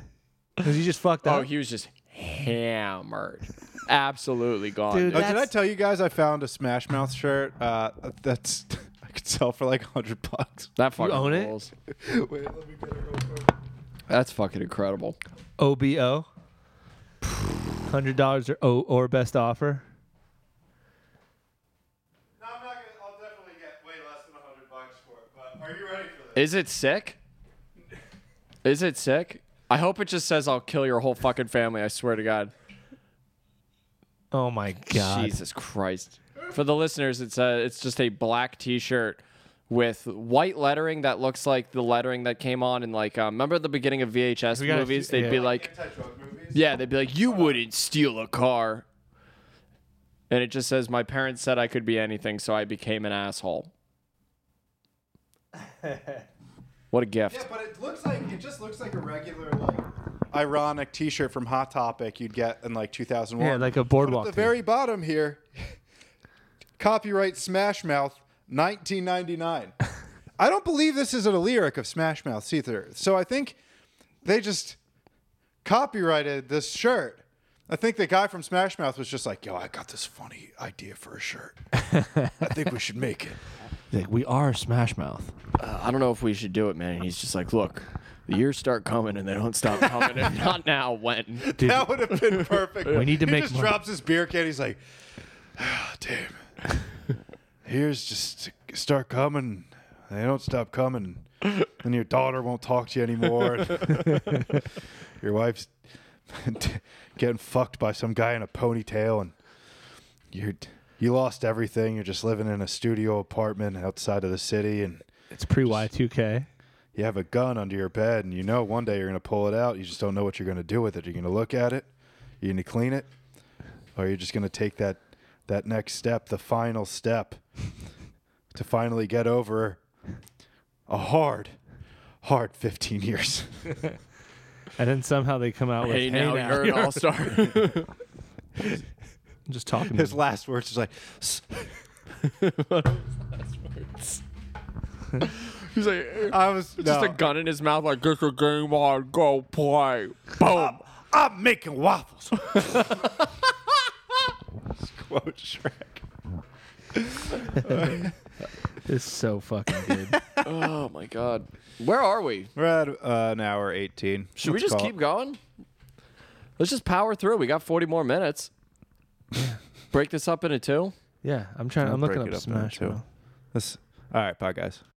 Because he just fucked
Oh,
up.
he was just hammered. Absolutely gone.
Dude,
dude.
Oh, did I
That's-
tell you guys I found a Smash Mouth shirt? Uh, that's I could sell for like hundred bucks.
that fucking
own it?
rules.
Wait, let me get it real quick.
That's fucking incredible.
OBO. Hundred dollars or o- or best offer.
No, I'm not gonna. I'll definitely get way less than hundred bucks for it. But are you ready for
Is it sick? Is it sick? I hope it just says I'll kill your whole fucking family. I swear to God.
Oh my god.
Jesus Christ. For the listeners, it's a, it's just a black T-shirt with white lettering that looks like the lettering that came on in like um, remember the beginning of VHS
We got a
movies?
few-
They'd be
yeah.
like,
Anti-drug movies.
yeah, they'd be like, you wouldn't steal a car. And it just says, my parents said I could be anything, so I became an asshole. what a gift.
Yeah, but it looks like it just looks like a regular like ironic T-shirt from Hot Topic you'd get in like 2001.
Yeah, like a
But at
boardwalk.
the
tee.
very bottom here, copyright Smash Mouth 1999. I don't believe this is a lyric of Smash Mouth either. So I think they just copyrighted this shirt. I think the guy from Smash Mouth was just like, "Yo, I got this funny idea for a shirt. I think we should make it."
Like, we are Smash Mouth.
I don't know if we should do it, man. And he's just like, look, the years start coming and they don't stop coming. if not now, when?
That would have been perfect.
We need to
he
make
just
money.
drops his beer can. He's like, "Ah, damn. Here's just start coming. They don't stop coming. And your daughter won't talk to you anymore. your wife's getting fucked by some guy in a ponytail, and you you lost everything. You're just living in a studio apartment outside of the city, and
It's pre Y2K.
you have a gun under your bed and you know one day you're going to pull it out. You just don't know what you're going to do with it. You're going to look at it, you're going to clean it, or you're just going to take that that next step, the final step to finally get over a hard hard 15 years.
And then somehow they come out with
Hey, now
now
you're an all star.
I'm just talking.
His last words is like "S-
he's like,
I was
just
Uh,
no,
a gun in his mouth, like, get your game on, go play. Boom.
I'm making waffles. Quote Shrek.
It's so fucking good.
Oh, my God. Where are we?
We're at uh, an hour 18.
Should we
Let's
just
call
keep
it.
going? Let's just power through. We got 40 more minutes. Break this up into two.
yeah, I'm trying. I'm
Break
looking
it
up
now,
Smash
too.
Mouth.
Let's- All right, bye guys.